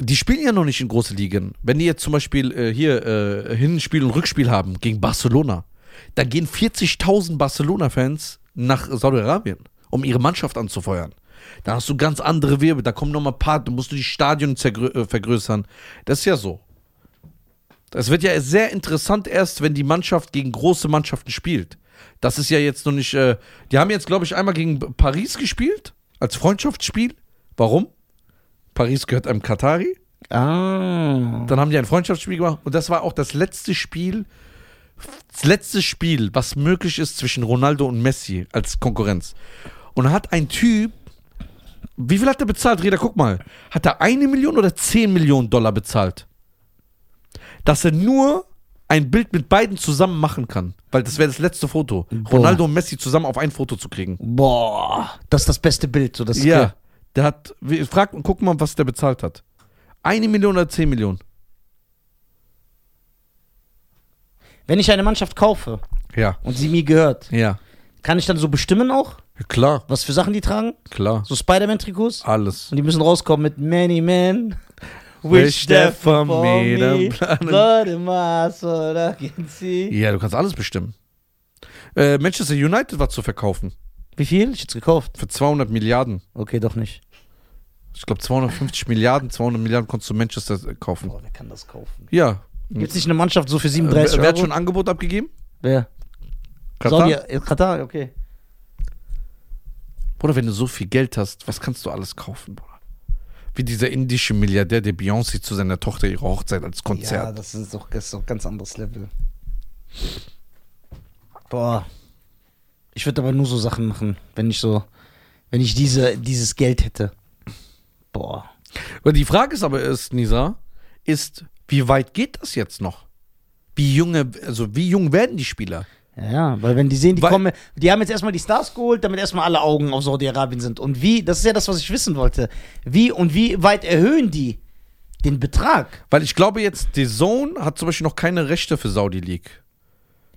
Speaker 1: die spielen ja noch nicht in große Ligen. Wenn die jetzt zum Beispiel äh, hier äh, Hinspiel und Rückspiel haben gegen Barcelona, dann gehen 40.000 Barcelona-Fans nach Saudi-Arabien, um ihre Mannschaft anzufeuern. Da hast du ganz andere Wirbel, da kommen nochmal ein paar, da musst du die Stadion zergrö- äh, vergrößern. Das ist ja so. Das wird ja sehr interessant erst, wenn die Mannschaft gegen große Mannschaften spielt. Das ist ja jetzt noch nicht. Äh, die haben jetzt, glaube ich, einmal gegen Paris gespielt, als Freundschaftsspiel. Warum? Paris gehört einem Katari.
Speaker 2: Ah.
Speaker 1: Dann haben die ein Freundschaftsspiel gemacht und das war auch das letzte Spiel, das letzte Spiel, was möglich ist zwischen Ronaldo und Messi als Konkurrenz. Und da hat ein Typ, wie viel hat er bezahlt? Reda, guck mal. Hat er eine Million oder 10 Millionen Dollar bezahlt? Dass er nur ein Bild mit beiden zusammen machen kann. Weil das wäre das letzte Foto. Ronaldo und Messi zusammen auf ein Foto zu kriegen.
Speaker 2: Boah. Das ist das beste Bild. So das
Speaker 1: Ja. Der hat, wir- frag und guck mal, was der bezahlt hat. Eine Million oder 10 Millionen?
Speaker 2: Wenn ich eine Mannschaft kaufe
Speaker 1: Ja.
Speaker 2: und sie mir gehört,
Speaker 1: Ja.
Speaker 2: kann ich dann so bestimmen auch,
Speaker 1: Klar,
Speaker 2: was für Sachen die tragen?
Speaker 1: klar.
Speaker 2: So Spider-Man-Trikots?
Speaker 1: Alles.
Speaker 2: Und die müssen rauskommen mit Many Men.
Speaker 1: Wish death for me, dann planen.
Speaker 2: Blood in my soul, da gehen sie.
Speaker 1: Ja, du kannst alles bestimmen. Äh, Manchester United war zu verkaufen.
Speaker 2: Wie viel? Ich hab's gekauft.
Speaker 1: Für 200 Milliarden.
Speaker 2: Okay, doch nicht.
Speaker 1: Ich glaube, 250 Milliarden, 200 Milliarden konntest du Manchester äh, kaufen.
Speaker 2: Boah, wer kann das kaufen?
Speaker 1: Ja.
Speaker 2: Gibt's nicht eine Mannschaft so für
Speaker 1: Hm. Äh,
Speaker 2: 37
Speaker 1: wer, wer
Speaker 2: Euro?
Speaker 1: hat schon ein Angebot abgegeben?
Speaker 2: wer?
Speaker 1: Katar?
Speaker 2: Saudi, äh, Katar, okay.
Speaker 1: Bruder, wenn du so viel Geld hast, was kannst du alles kaufen, Bruder? Wie dieser indische Milliardär, der Beyoncé zu seiner Tochter ihre Hochzeit als
Speaker 2: Ja,
Speaker 1: Konzert.
Speaker 2: das ist doch, das ist doch ein ganz anderes Level. Boah. Ich würde aber nur so Sachen machen, wenn ich so, wenn ich diese, dieses Geld hätte. Boah.
Speaker 1: Aber Die Frage ist aber ist, Nisa, ist, wie weit geht das jetzt noch? Wie junge, also wie jung werden die Spieler?
Speaker 2: Ja, ja, weil wenn die sehen, die
Speaker 1: Weil-
Speaker 2: kommen, die haben jetzt erstmal die Stars geholt, damit erstmal alle Augen auf Saudi-Arabien sind. Und wie, das ist ja das, was ich wissen wollte. Wie und wie weit erhöhen die den Betrag?
Speaker 1: Weil ich glaube jetzt, die Zone hat zum Beispiel noch keine Rechte für Saudi League.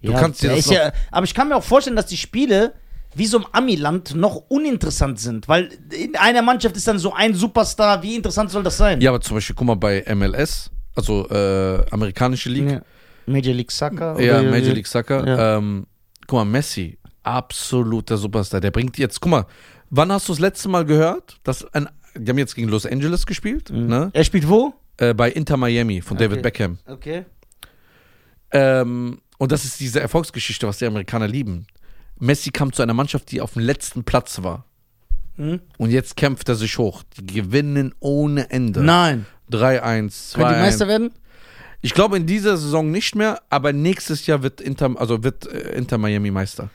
Speaker 1: Du kannst dir
Speaker 2: der
Speaker 1: das
Speaker 2: ist ja, Aber ich kann mir auch vorstellen, dass die Spiele wie so im Amiland noch uninteressant sind, weil in einer Mannschaft ist dann so ein Superstar, wie interessant soll das sein?
Speaker 1: Ja, aber zum Beispiel, guck mal, bei MLS, also äh, amerikanische League,
Speaker 2: Ja. Major League Soccer.
Speaker 1: ja,
Speaker 2: oder-
Speaker 1: Major League Soccer,
Speaker 2: Ja.
Speaker 1: ähm, guck mal, Messi, absoluter Superstar, der bringt jetzt, guck mal, wann hast du das letzte Mal gehört, dass ein, die haben jetzt gegen Los Angeles gespielt, ne?
Speaker 2: Er spielt wo?
Speaker 1: Äh, bei Inter Miami von David
Speaker 2: Okay.
Speaker 1: Beckham.
Speaker 2: Okay.
Speaker 1: Ähm, und das ist diese Erfolgsgeschichte, was die Amerikaner lieben. Messi kam zu einer Mannschaft, die auf dem letzten Platz war.
Speaker 2: Hm?
Speaker 1: Und jetzt kämpft er sich hoch. Die gewinnen ohne Ende.
Speaker 2: Nein.
Speaker 1: 3-1,
Speaker 2: Können die Meister
Speaker 1: 2-1.
Speaker 2: werden?
Speaker 1: Ich glaube in dieser Saison nicht mehr, aber nächstes Jahr wird Inter, also wird äh, Inter Miami Meister.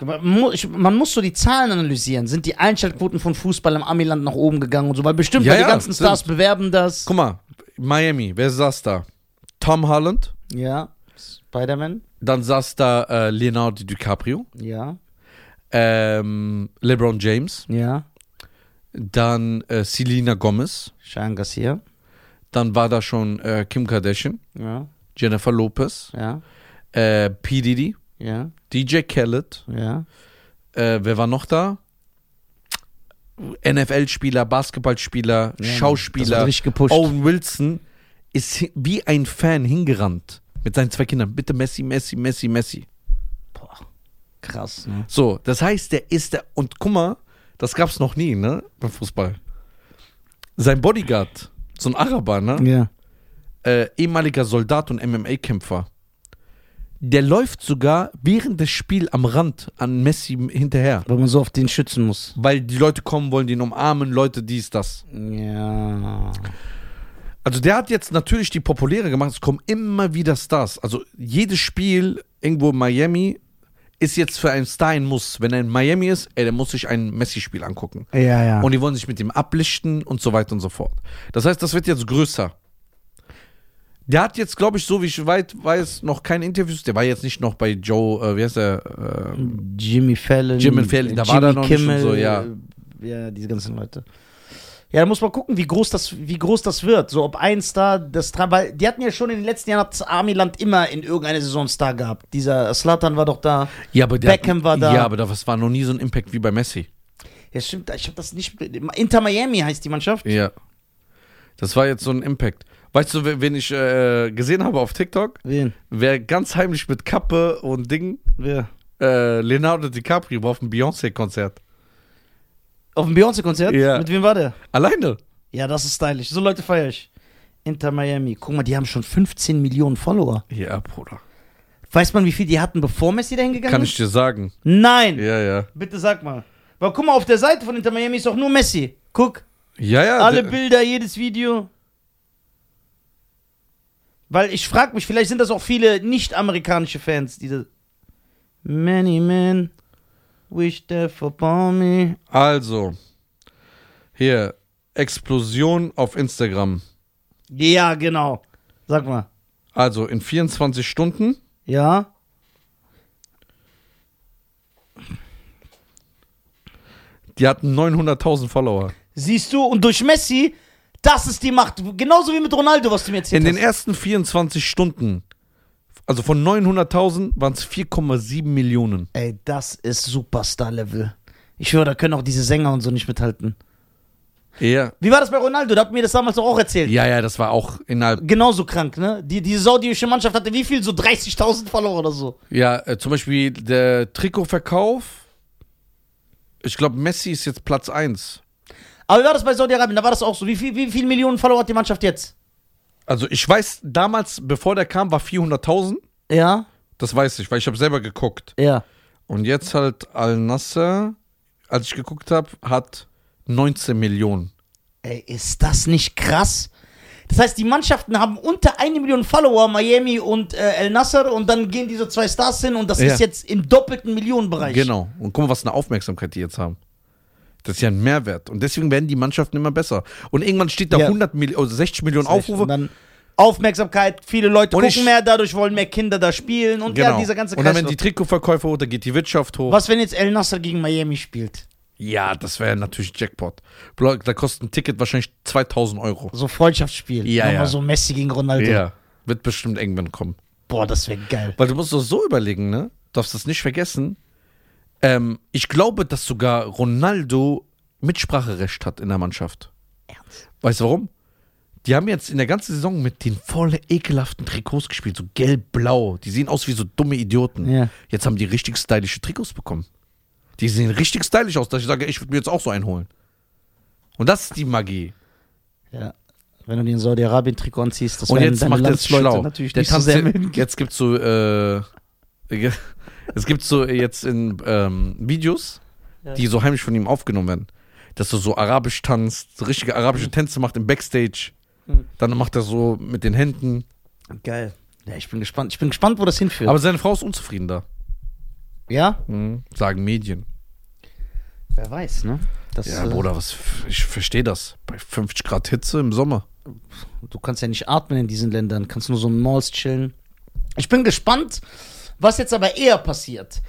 Speaker 2: Man mu- ich- man muss so die Zahlen analysieren. Sind die Einschaltquoten von Fußball im Amiland nach oben gegangen und so? Weil bestimmt,
Speaker 1: Ja,
Speaker 2: weil die
Speaker 1: ja,
Speaker 2: ganzen
Speaker 1: stimmt.
Speaker 2: Stars bewerben das.
Speaker 1: Guck mal, Miami, wer saß da? Tom Holland,
Speaker 2: Ja. Spider-Man.
Speaker 1: dann saß da äh, Leonardo DiCaprio,
Speaker 2: Ja.
Speaker 1: ähm, LeBron James,
Speaker 2: Ja.
Speaker 1: dann äh, Selena Gomez,
Speaker 2: Sean Garcia.
Speaker 1: dann war da schon äh, Kim Kardashian,
Speaker 2: Ja.
Speaker 1: Jennifer Lopez,
Speaker 2: Ja.
Speaker 1: äh, P. Diddy,
Speaker 2: Ja.
Speaker 1: DJ Khaled,
Speaker 2: Ja.
Speaker 1: äh, wer war noch da? NFL-Spieler, Basketballspieler,
Speaker 2: Ja,
Speaker 1: Schauspieler. Oh.
Speaker 2: das wird richtig gepusht.
Speaker 1: Owen Wilson ist hi- wie ein Fan hingerannt mit seinen zwei Kindern. Bitte Messi, Messi, Messi, Messi.
Speaker 2: Boah. Krass, ne?
Speaker 1: So, das heißt, der ist der. Und guck mal, das gab's noch nie, ne? Beim Fußball. Sein Bodyguard, so ein Araber, ne?
Speaker 2: Ja.
Speaker 1: Äh, ehemaliger Soldat und MMA-Kämpfer. Der läuft sogar während des Spiels am Rand an Messi hinterher.
Speaker 2: Weil man so auf den schützen muss.
Speaker 1: Weil die Leute kommen wollen, den umarmen, Leute, dies, das.
Speaker 2: Ja.
Speaker 1: Also der hat jetzt natürlich die Populäre gemacht, es kommen immer wieder Stars. Also jedes Spiel irgendwo in Miami ist jetzt für einen Star ein Muss. Wenn er in Miami ist, ey, der muss sich ein Messi-Spiel angucken.
Speaker 2: Ja, ja.
Speaker 1: Und die wollen sich mit ihm ablichten und so weiter und so fort. Das heißt, das wird jetzt größer. Der hat jetzt, glaube ich, so wie ich weit weiß, noch kein Interviews. Der war jetzt nicht noch bei Joe, äh, wie heißt der? Äh,
Speaker 2: Jimmy Fallon.
Speaker 1: Jimmy Fallon, da war der noch nicht und so, ja.
Speaker 2: äh, Ja, diese ganzen Leute. Ja, da muss man gucken, wie groß das, wie groß das wird. So, ob ein Star das dran, weil die hatten ja schon in den letzten Jahren hat das Army-Land immer in irgendeiner Saison einen Star gehabt. Dieser Slatan war doch da.
Speaker 1: ja, aber der-
Speaker 2: Beckham war da.
Speaker 1: Ja, aber das war noch nie so ein Impact wie bei Messi.
Speaker 2: Ja, stimmt, ich habe das nicht. Inter Miami heißt die Mannschaft.
Speaker 1: Ja. Das war jetzt so ein Impact. Weißt du, we- wen ich äh, gesehen habe auf TikTok?
Speaker 2: Wen?
Speaker 1: Wer ganz heimlich mit Kappe und Ding
Speaker 2: Wer?
Speaker 1: äh, Leonardo DiCaprio war auf dem Beyoncé-Konzert.
Speaker 2: Auf dem Beyoncé-Konzert?
Speaker 1: Ja.
Speaker 2: Mit wem war der?
Speaker 1: Alleine.
Speaker 2: Ja, das ist stylisch. So Leute feier ich. Inter Miami. Guck mal, die haben schon 15 Millionen Follower.
Speaker 1: Ja, Bruder.
Speaker 2: Weiß man, wie viel die hatten, bevor Messi dahin gegangen
Speaker 1: Kann
Speaker 2: ist?
Speaker 1: ich dir sagen.
Speaker 2: Nein!
Speaker 1: Ja, ja.
Speaker 2: Bitte sag mal. Weil guck mal, auf der Seite von Inter Miami ist auch nur Messi. Guck,
Speaker 1: Ja, ja.
Speaker 2: alle
Speaker 1: der-
Speaker 2: Bilder, jedes Video. Weil ich frage mich, vielleicht sind das auch viele nicht-amerikanische Fans, diese. Many men wish death upon me.
Speaker 1: Also. Hier. Explosion auf Instagram.
Speaker 2: Ja, genau. Sag mal.
Speaker 1: Also in 24 Stunden
Speaker 2: Ja?
Speaker 1: Die hatten 900.000 Follower.
Speaker 2: Siehst du, und durch Messi, das ist die Macht. Genauso wie mit Ronaldo, was du mir erzählt
Speaker 1: In den
Speaker 2: hast.
Speaker 1: ersten 24 Stunden, also von 900.000 waren es 4,7 Millionen.
Speaker 2: Ey, das ist Superstar-Level. Ich höre, da können auch diese Sänger und so nicht mithalten.
Speaker 1: Ja.
Speaker 2: Wie war das bei Ronaldo? Da hat mir das damals doch auch erzählt.
Speaker 1: Ja, ja, das war auch innerhalb.
Speaker 2: Genauso krank, ne? Die, die saudische Mannschaft hatte wie viel? So 30.000 Follower oder so.
Speaker 1: Ja, äh, zum Beispiel der Trikotverkauf. Ich glaube, Messi ist jetzt Platz 1.
Speaker 2: Aber wie war das bei Saudi-Arabien? Da war das auch so. Wie viel, wie viel Millionen Follower hat die Mannschaft jetzt?
Speaker 1: Also ich weiß, damals, bevor der kam, war 400.000.
Speaker 2: Ja,
Speaker 1: Das weiß ich, weil ich habe selber geguckt.
Speaker 2: ja.
Speaker 1: Und jetzt halt Al-Nasser, als ich geguckt habe, hat 19 Millionen.
Speaker 2: Ey, ist das nicht krass? Das heißt, die Mannschaften haben unter eine Million Follower, Miami und äh, El Nasser, und dann gehen diese zwei Stars hin und das
Speaker 1: Ja.
Speaker 2: ist jetzt im doppelten Millionenbereich.
Speaker 1: Genau. Und guck mal, was eine Aufmerksamkeit die jetzt haben. Das ist ja ein Mehrwert. Und deswegen werden die Mannschaften immer besser. Und irgendwann steht da
Speaker 2: Ja.
Speaker 1: 100 Millionen, also 60 Millionen Aufrufe.
Speaker 2: Aufrufe. Und dann Aufmerksamkeit, viele Leute
Speaker 1: Und
Speaker 2: gucken
Speaker 1: ich-
Speaker 2: mehr, dadurch wollen mehr Kinder da spielen und ja, dieser ganze
Speaker 1: Genau. Und dann, wenn die
Speaker 2: Kreislauf.
Speaker 1: Trikotverkäufe hoch, dann geht die Wirtschaft hoch.
Speaker 2: Was, wenn jetzt El Nasser gegen Miami spielt?
Speaker 1: Ja, das wäre natürlich Jackpot. Bro, Da kostet ein Ticket wahrscheinlich 2000 Euro.
Speaker 2: So Freundschaftsspiel.
Speaker 1: Ja,
Speaker 2: Nochmal
Speaker 1: ja.
Speaker 2: so Messi gegen Ronaldo.
Speaker 1: Ja. Wird bestimmt irgendwann kommen.
Speaker 2: Boah, das wäre geil.
Speaker 1: Weil du musst doch so überlegen, ne? Du darfst das nicht vergessen. Ähm, ich glaube, dass sogar Ronaldo Mitspracherecht hat in der Mannschaft.
Speaker 2: Ernst?
Speaker 1: Weißt du warum? Die haben jetzt in der ganzen Saison mit den voll ekelhaften Trikots gespielt, so gelb-blau. Die sehen aus wie so dumme Idioten.
Speaker 2: Ja.
Speaker 1: Jetzt haben die richtig stylische Trikots bekommen. Die sehen richtig stylisch aus, dass ich sage, ich würde mir jetzt auch so einen holen. Und das ist die Magie.
Speaker 2: Ja. Wenn du den Saudi-Arabien-Trikot anziehst, das
Speaker 1: Und
Speaker 2: werden
Speaker 1: jetzt
Speaker 2: deine
Speaker 1: macht er es
Speaker 2: Landsleute
Speaker 1: schlau.
Speaker 2: natürlich
Speaker 1: Der
Speaker 2: nicht so
Speaker 1: tanzt
Speaker 2: sehr
Speaker 1: ja-
Speaker 2: mögen.
Speaker 1: jetzt gibt's so, äh, [laughs] ge- es gibt so jetzt in ähm, Videos, die so heimlich von ihm aufgenommen werden, dass er so arabisch tanzt, so richtige arabische Tänze macht im Backstage.
Speaker 2: Mhm.
Speaker 1: Dann macht er so mit den Händen.
Speaker 2: Geil. Ja, ich bin gespannt. Ich bin gespannt, wo das hinführt.
Speaker 1: Aber seine Frau ist unzufrieden da.
Speaker 2: ja?
Speaker 1: Mhm. Sagen Medien.
Speaker 2: Wer weiß, ne? Das,
Speaker 1: Ja,
Speaker 2: äh,
Speaker 1: Bruder, was, ich verstehe das. Bei 50 Grad Hitze im Sommer.
Speaker 2: Du kannst ja nicht atmen in diesen Ländern, kannst nur so in Malls chillen. Ich bin gespannt, was jetzt aber eher passiert.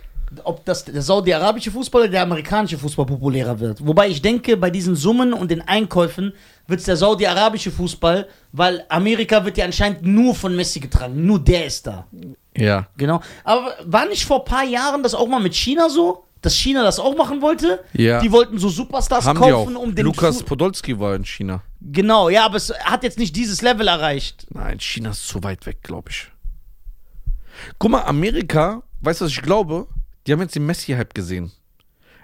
Speaker 2: Ob das der saudi-arabische Fußball oder der amerikanische Fußball populärer wird. Wobei ich denke, bei diesen Summen und den Einkäufen wird es der saudi-arabische Fußball, weil Amerika wird ja anscheinend nur von Messi getragen. Nur der ist da.
Speaker 1: Ja.
Speaker 2: Genau. Aber war nicht vor ein paar Jahren das auch mal mit China so? Dass China das auch machen wollte?
Speaker 1: Ja.
Speaker 2: Die wollten so Superstars
Speaker 1: Haben die auch.
Speaker 2: kaufen, um den
Speaker 1: Lukas
Speaker 2: Fu-
Speaker 1: Podolski war in China.
Speaker 2: Genau, ja, aber es hat jetzt nicht dieses Level erreicht.
Speaker 1: Nein, China ist zu weit weg, glaube ich. Guck mal, Amerika, weißt du, was ich glaube? Die haben jetzt den Messi-Hype gesehen.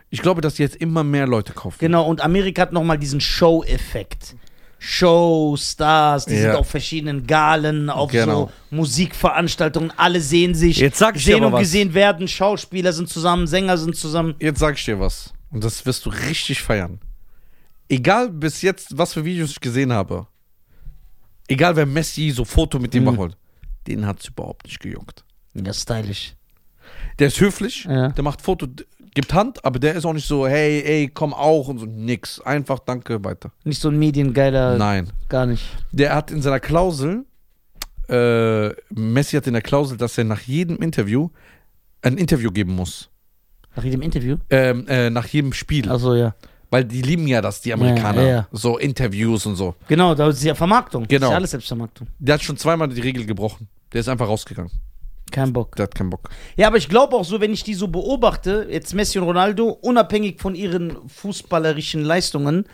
Speaker 1: Ich glaube, dass jetzt immer mehr Leute kaufen.
Speaker 2: Genau, und Amerika hat nochmal diesen Show-Effekt. Show, Stars, die
Speaker 1: Ja.
Speaker 2: sind auf verschiedenen Galen, auf
Speaker 1: Genau.
Speaker 2: so Musikveranstaltungen, alle sehen sich,
Speaker 1: Jetzt sag ich dir
Speaker 2: sehen
Speaker 1: aber
Speaker 2: und
Speaker 1: was.
Speaker 2: gesehen werden, Schauspieler sind zusammen, Sänger sind zusammen.
Speaker 1: Jetzt sag ich dir was. Und das wirst du richtig feiern. Egal bis jetzt, was für Videos ich gesehen habe. Egal, wer Messi so Foto mit dem machen wollte. Den hat's überhaupt nicht gejuckt.
Speaker 2: Ja, stylisch.
Speaker 1: Der ist höflich,
Speaker 2: Ja.
Speaker 1: der macht Foto, d- gibt Hand, aber der ist auch nicht so, hey, ey, komm auch und so. Nix. Einfach danke, weiter.
Speaker 2: Nicht so ein mediengeiler,
Speaker 1: Nein.
Speaker 2: gar nicht.
Speaker 1: Der hat in seiner Klausel, äh, Messi hat in der Klausel, dass er nach jedem Interview ein Interview geben muss.
Speaker 2: Nach jedem Interview?
Speaker 1: Ähm, äh, nach jedem Spiel.
Speaker 2: Achso, ja.
Speaker 1: Weil die lieben ja das, die Amerikaner.
Speaker 2: Ja, ja, ja.
Speaker 1: So Interviews und so.
Speaker 2: Genau, da ist ja Vermarktung.
Speaker 1: Genau.
Speaker 2: Ist ja alles Selbstvermarktung.
Speaker 1: Der hat schon zweimal die Regel gebrochen. Der ist einfach rausgegangen.
Speaker 2: Kein Bock.
Speaker 1: Der hat keinen Bock.
Speaker 2: Ja, aber ich glaube auch so, wenn ich die so beobachte, jetzt Messi und Ronaldo, unabhängig von ihren fußballerischen Leistungen,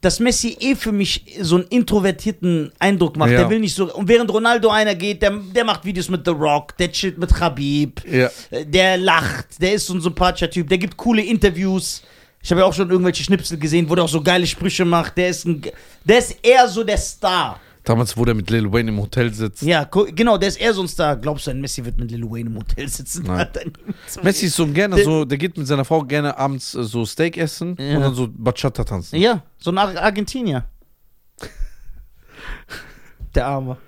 Speaker 2: dass Messi eh für mich so einen introvertierten Eindruck macht.
Speaker 1: Ja.
Speaker 2: Der will nicht so. Und während Ronaldo einer geht, der, der macht Videos mit The Rock, der chillt mit Khabib,
Speaker 1: Ja.
Speaker 2: äh, der lacht, der ist so ein sympathischer Typ, der gibt coole Interviews. Ich habe ja auch schon irgendwelche Schnipsel gesehen, wo der auch so geile Sprüche macht. Der ist, ein, der ist eher so der Star.
Speaker 1: Damals, wo der mit Lil Wayne im Hotel sitzt.
Speaker 2: Ja, gu- genau, der ist eher so ein Star. Glaubst du, ein Messi wird mit Lil Wayne im Hotel sitzen?
Speaker 1: Nein.
Speaker 2: Hat er niemals so-
Speaker 1: Messi ist so gerne
Speaker 2: Der-
Speaker 1: so, der geht mit seiner Frau gerne abends äh, so Steak essen
Speaker 2: Ja.
Speaker 1: und dann so Bachata tanzen.
Speaker 2: Ja, so ein Ar Argentinier. [laughs] Der Arme.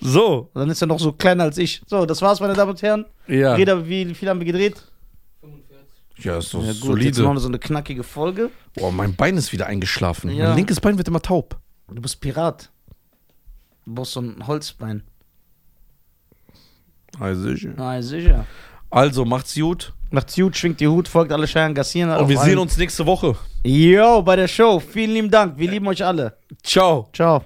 Speaker 1: So,
Speaker 2: Und dann ist er noch so kleiner als ich. So, das war's, meine Damen und Herren.
Speaker 1: ja.
Speaker 2: Reda, wie viel haben wir gedreht?
Speaker 3: 45.
Speaker 1: Ja, ist doch
Speaker 2: Ja, gut, jetzt machen
Speaker 1: solide.
Speaker 2: wir so eine knackige Folge.
Speaker 1: Boah, mein Bein ist wieder eingeschlafen.
Speaker 2: Ja.
Speaker 1: Mein linkes Bein wird immer taub.
Speaker 2: Du bist Pirat. Du brauchst so ein Holzbein.
Speaker 1: Also,
Speaker 2: Na, sicher.
Speaker 1: also macht's gut.
Speaker 2: Macht's gut, schwingt die Hut, folgt alle Scheiern, gassieren. alle
Speaker 1: Und wir
Speaker 2: auf
Speaker 1: sehen
Speaker 2: allen.
Speaker 1: uns nächste Woche.
Speaker 2: Yo, bei der Show. Vielen lieben Dank. Wir lieben euch alle.
Speaker 1: Ciao.
Speaker 2: Ciao.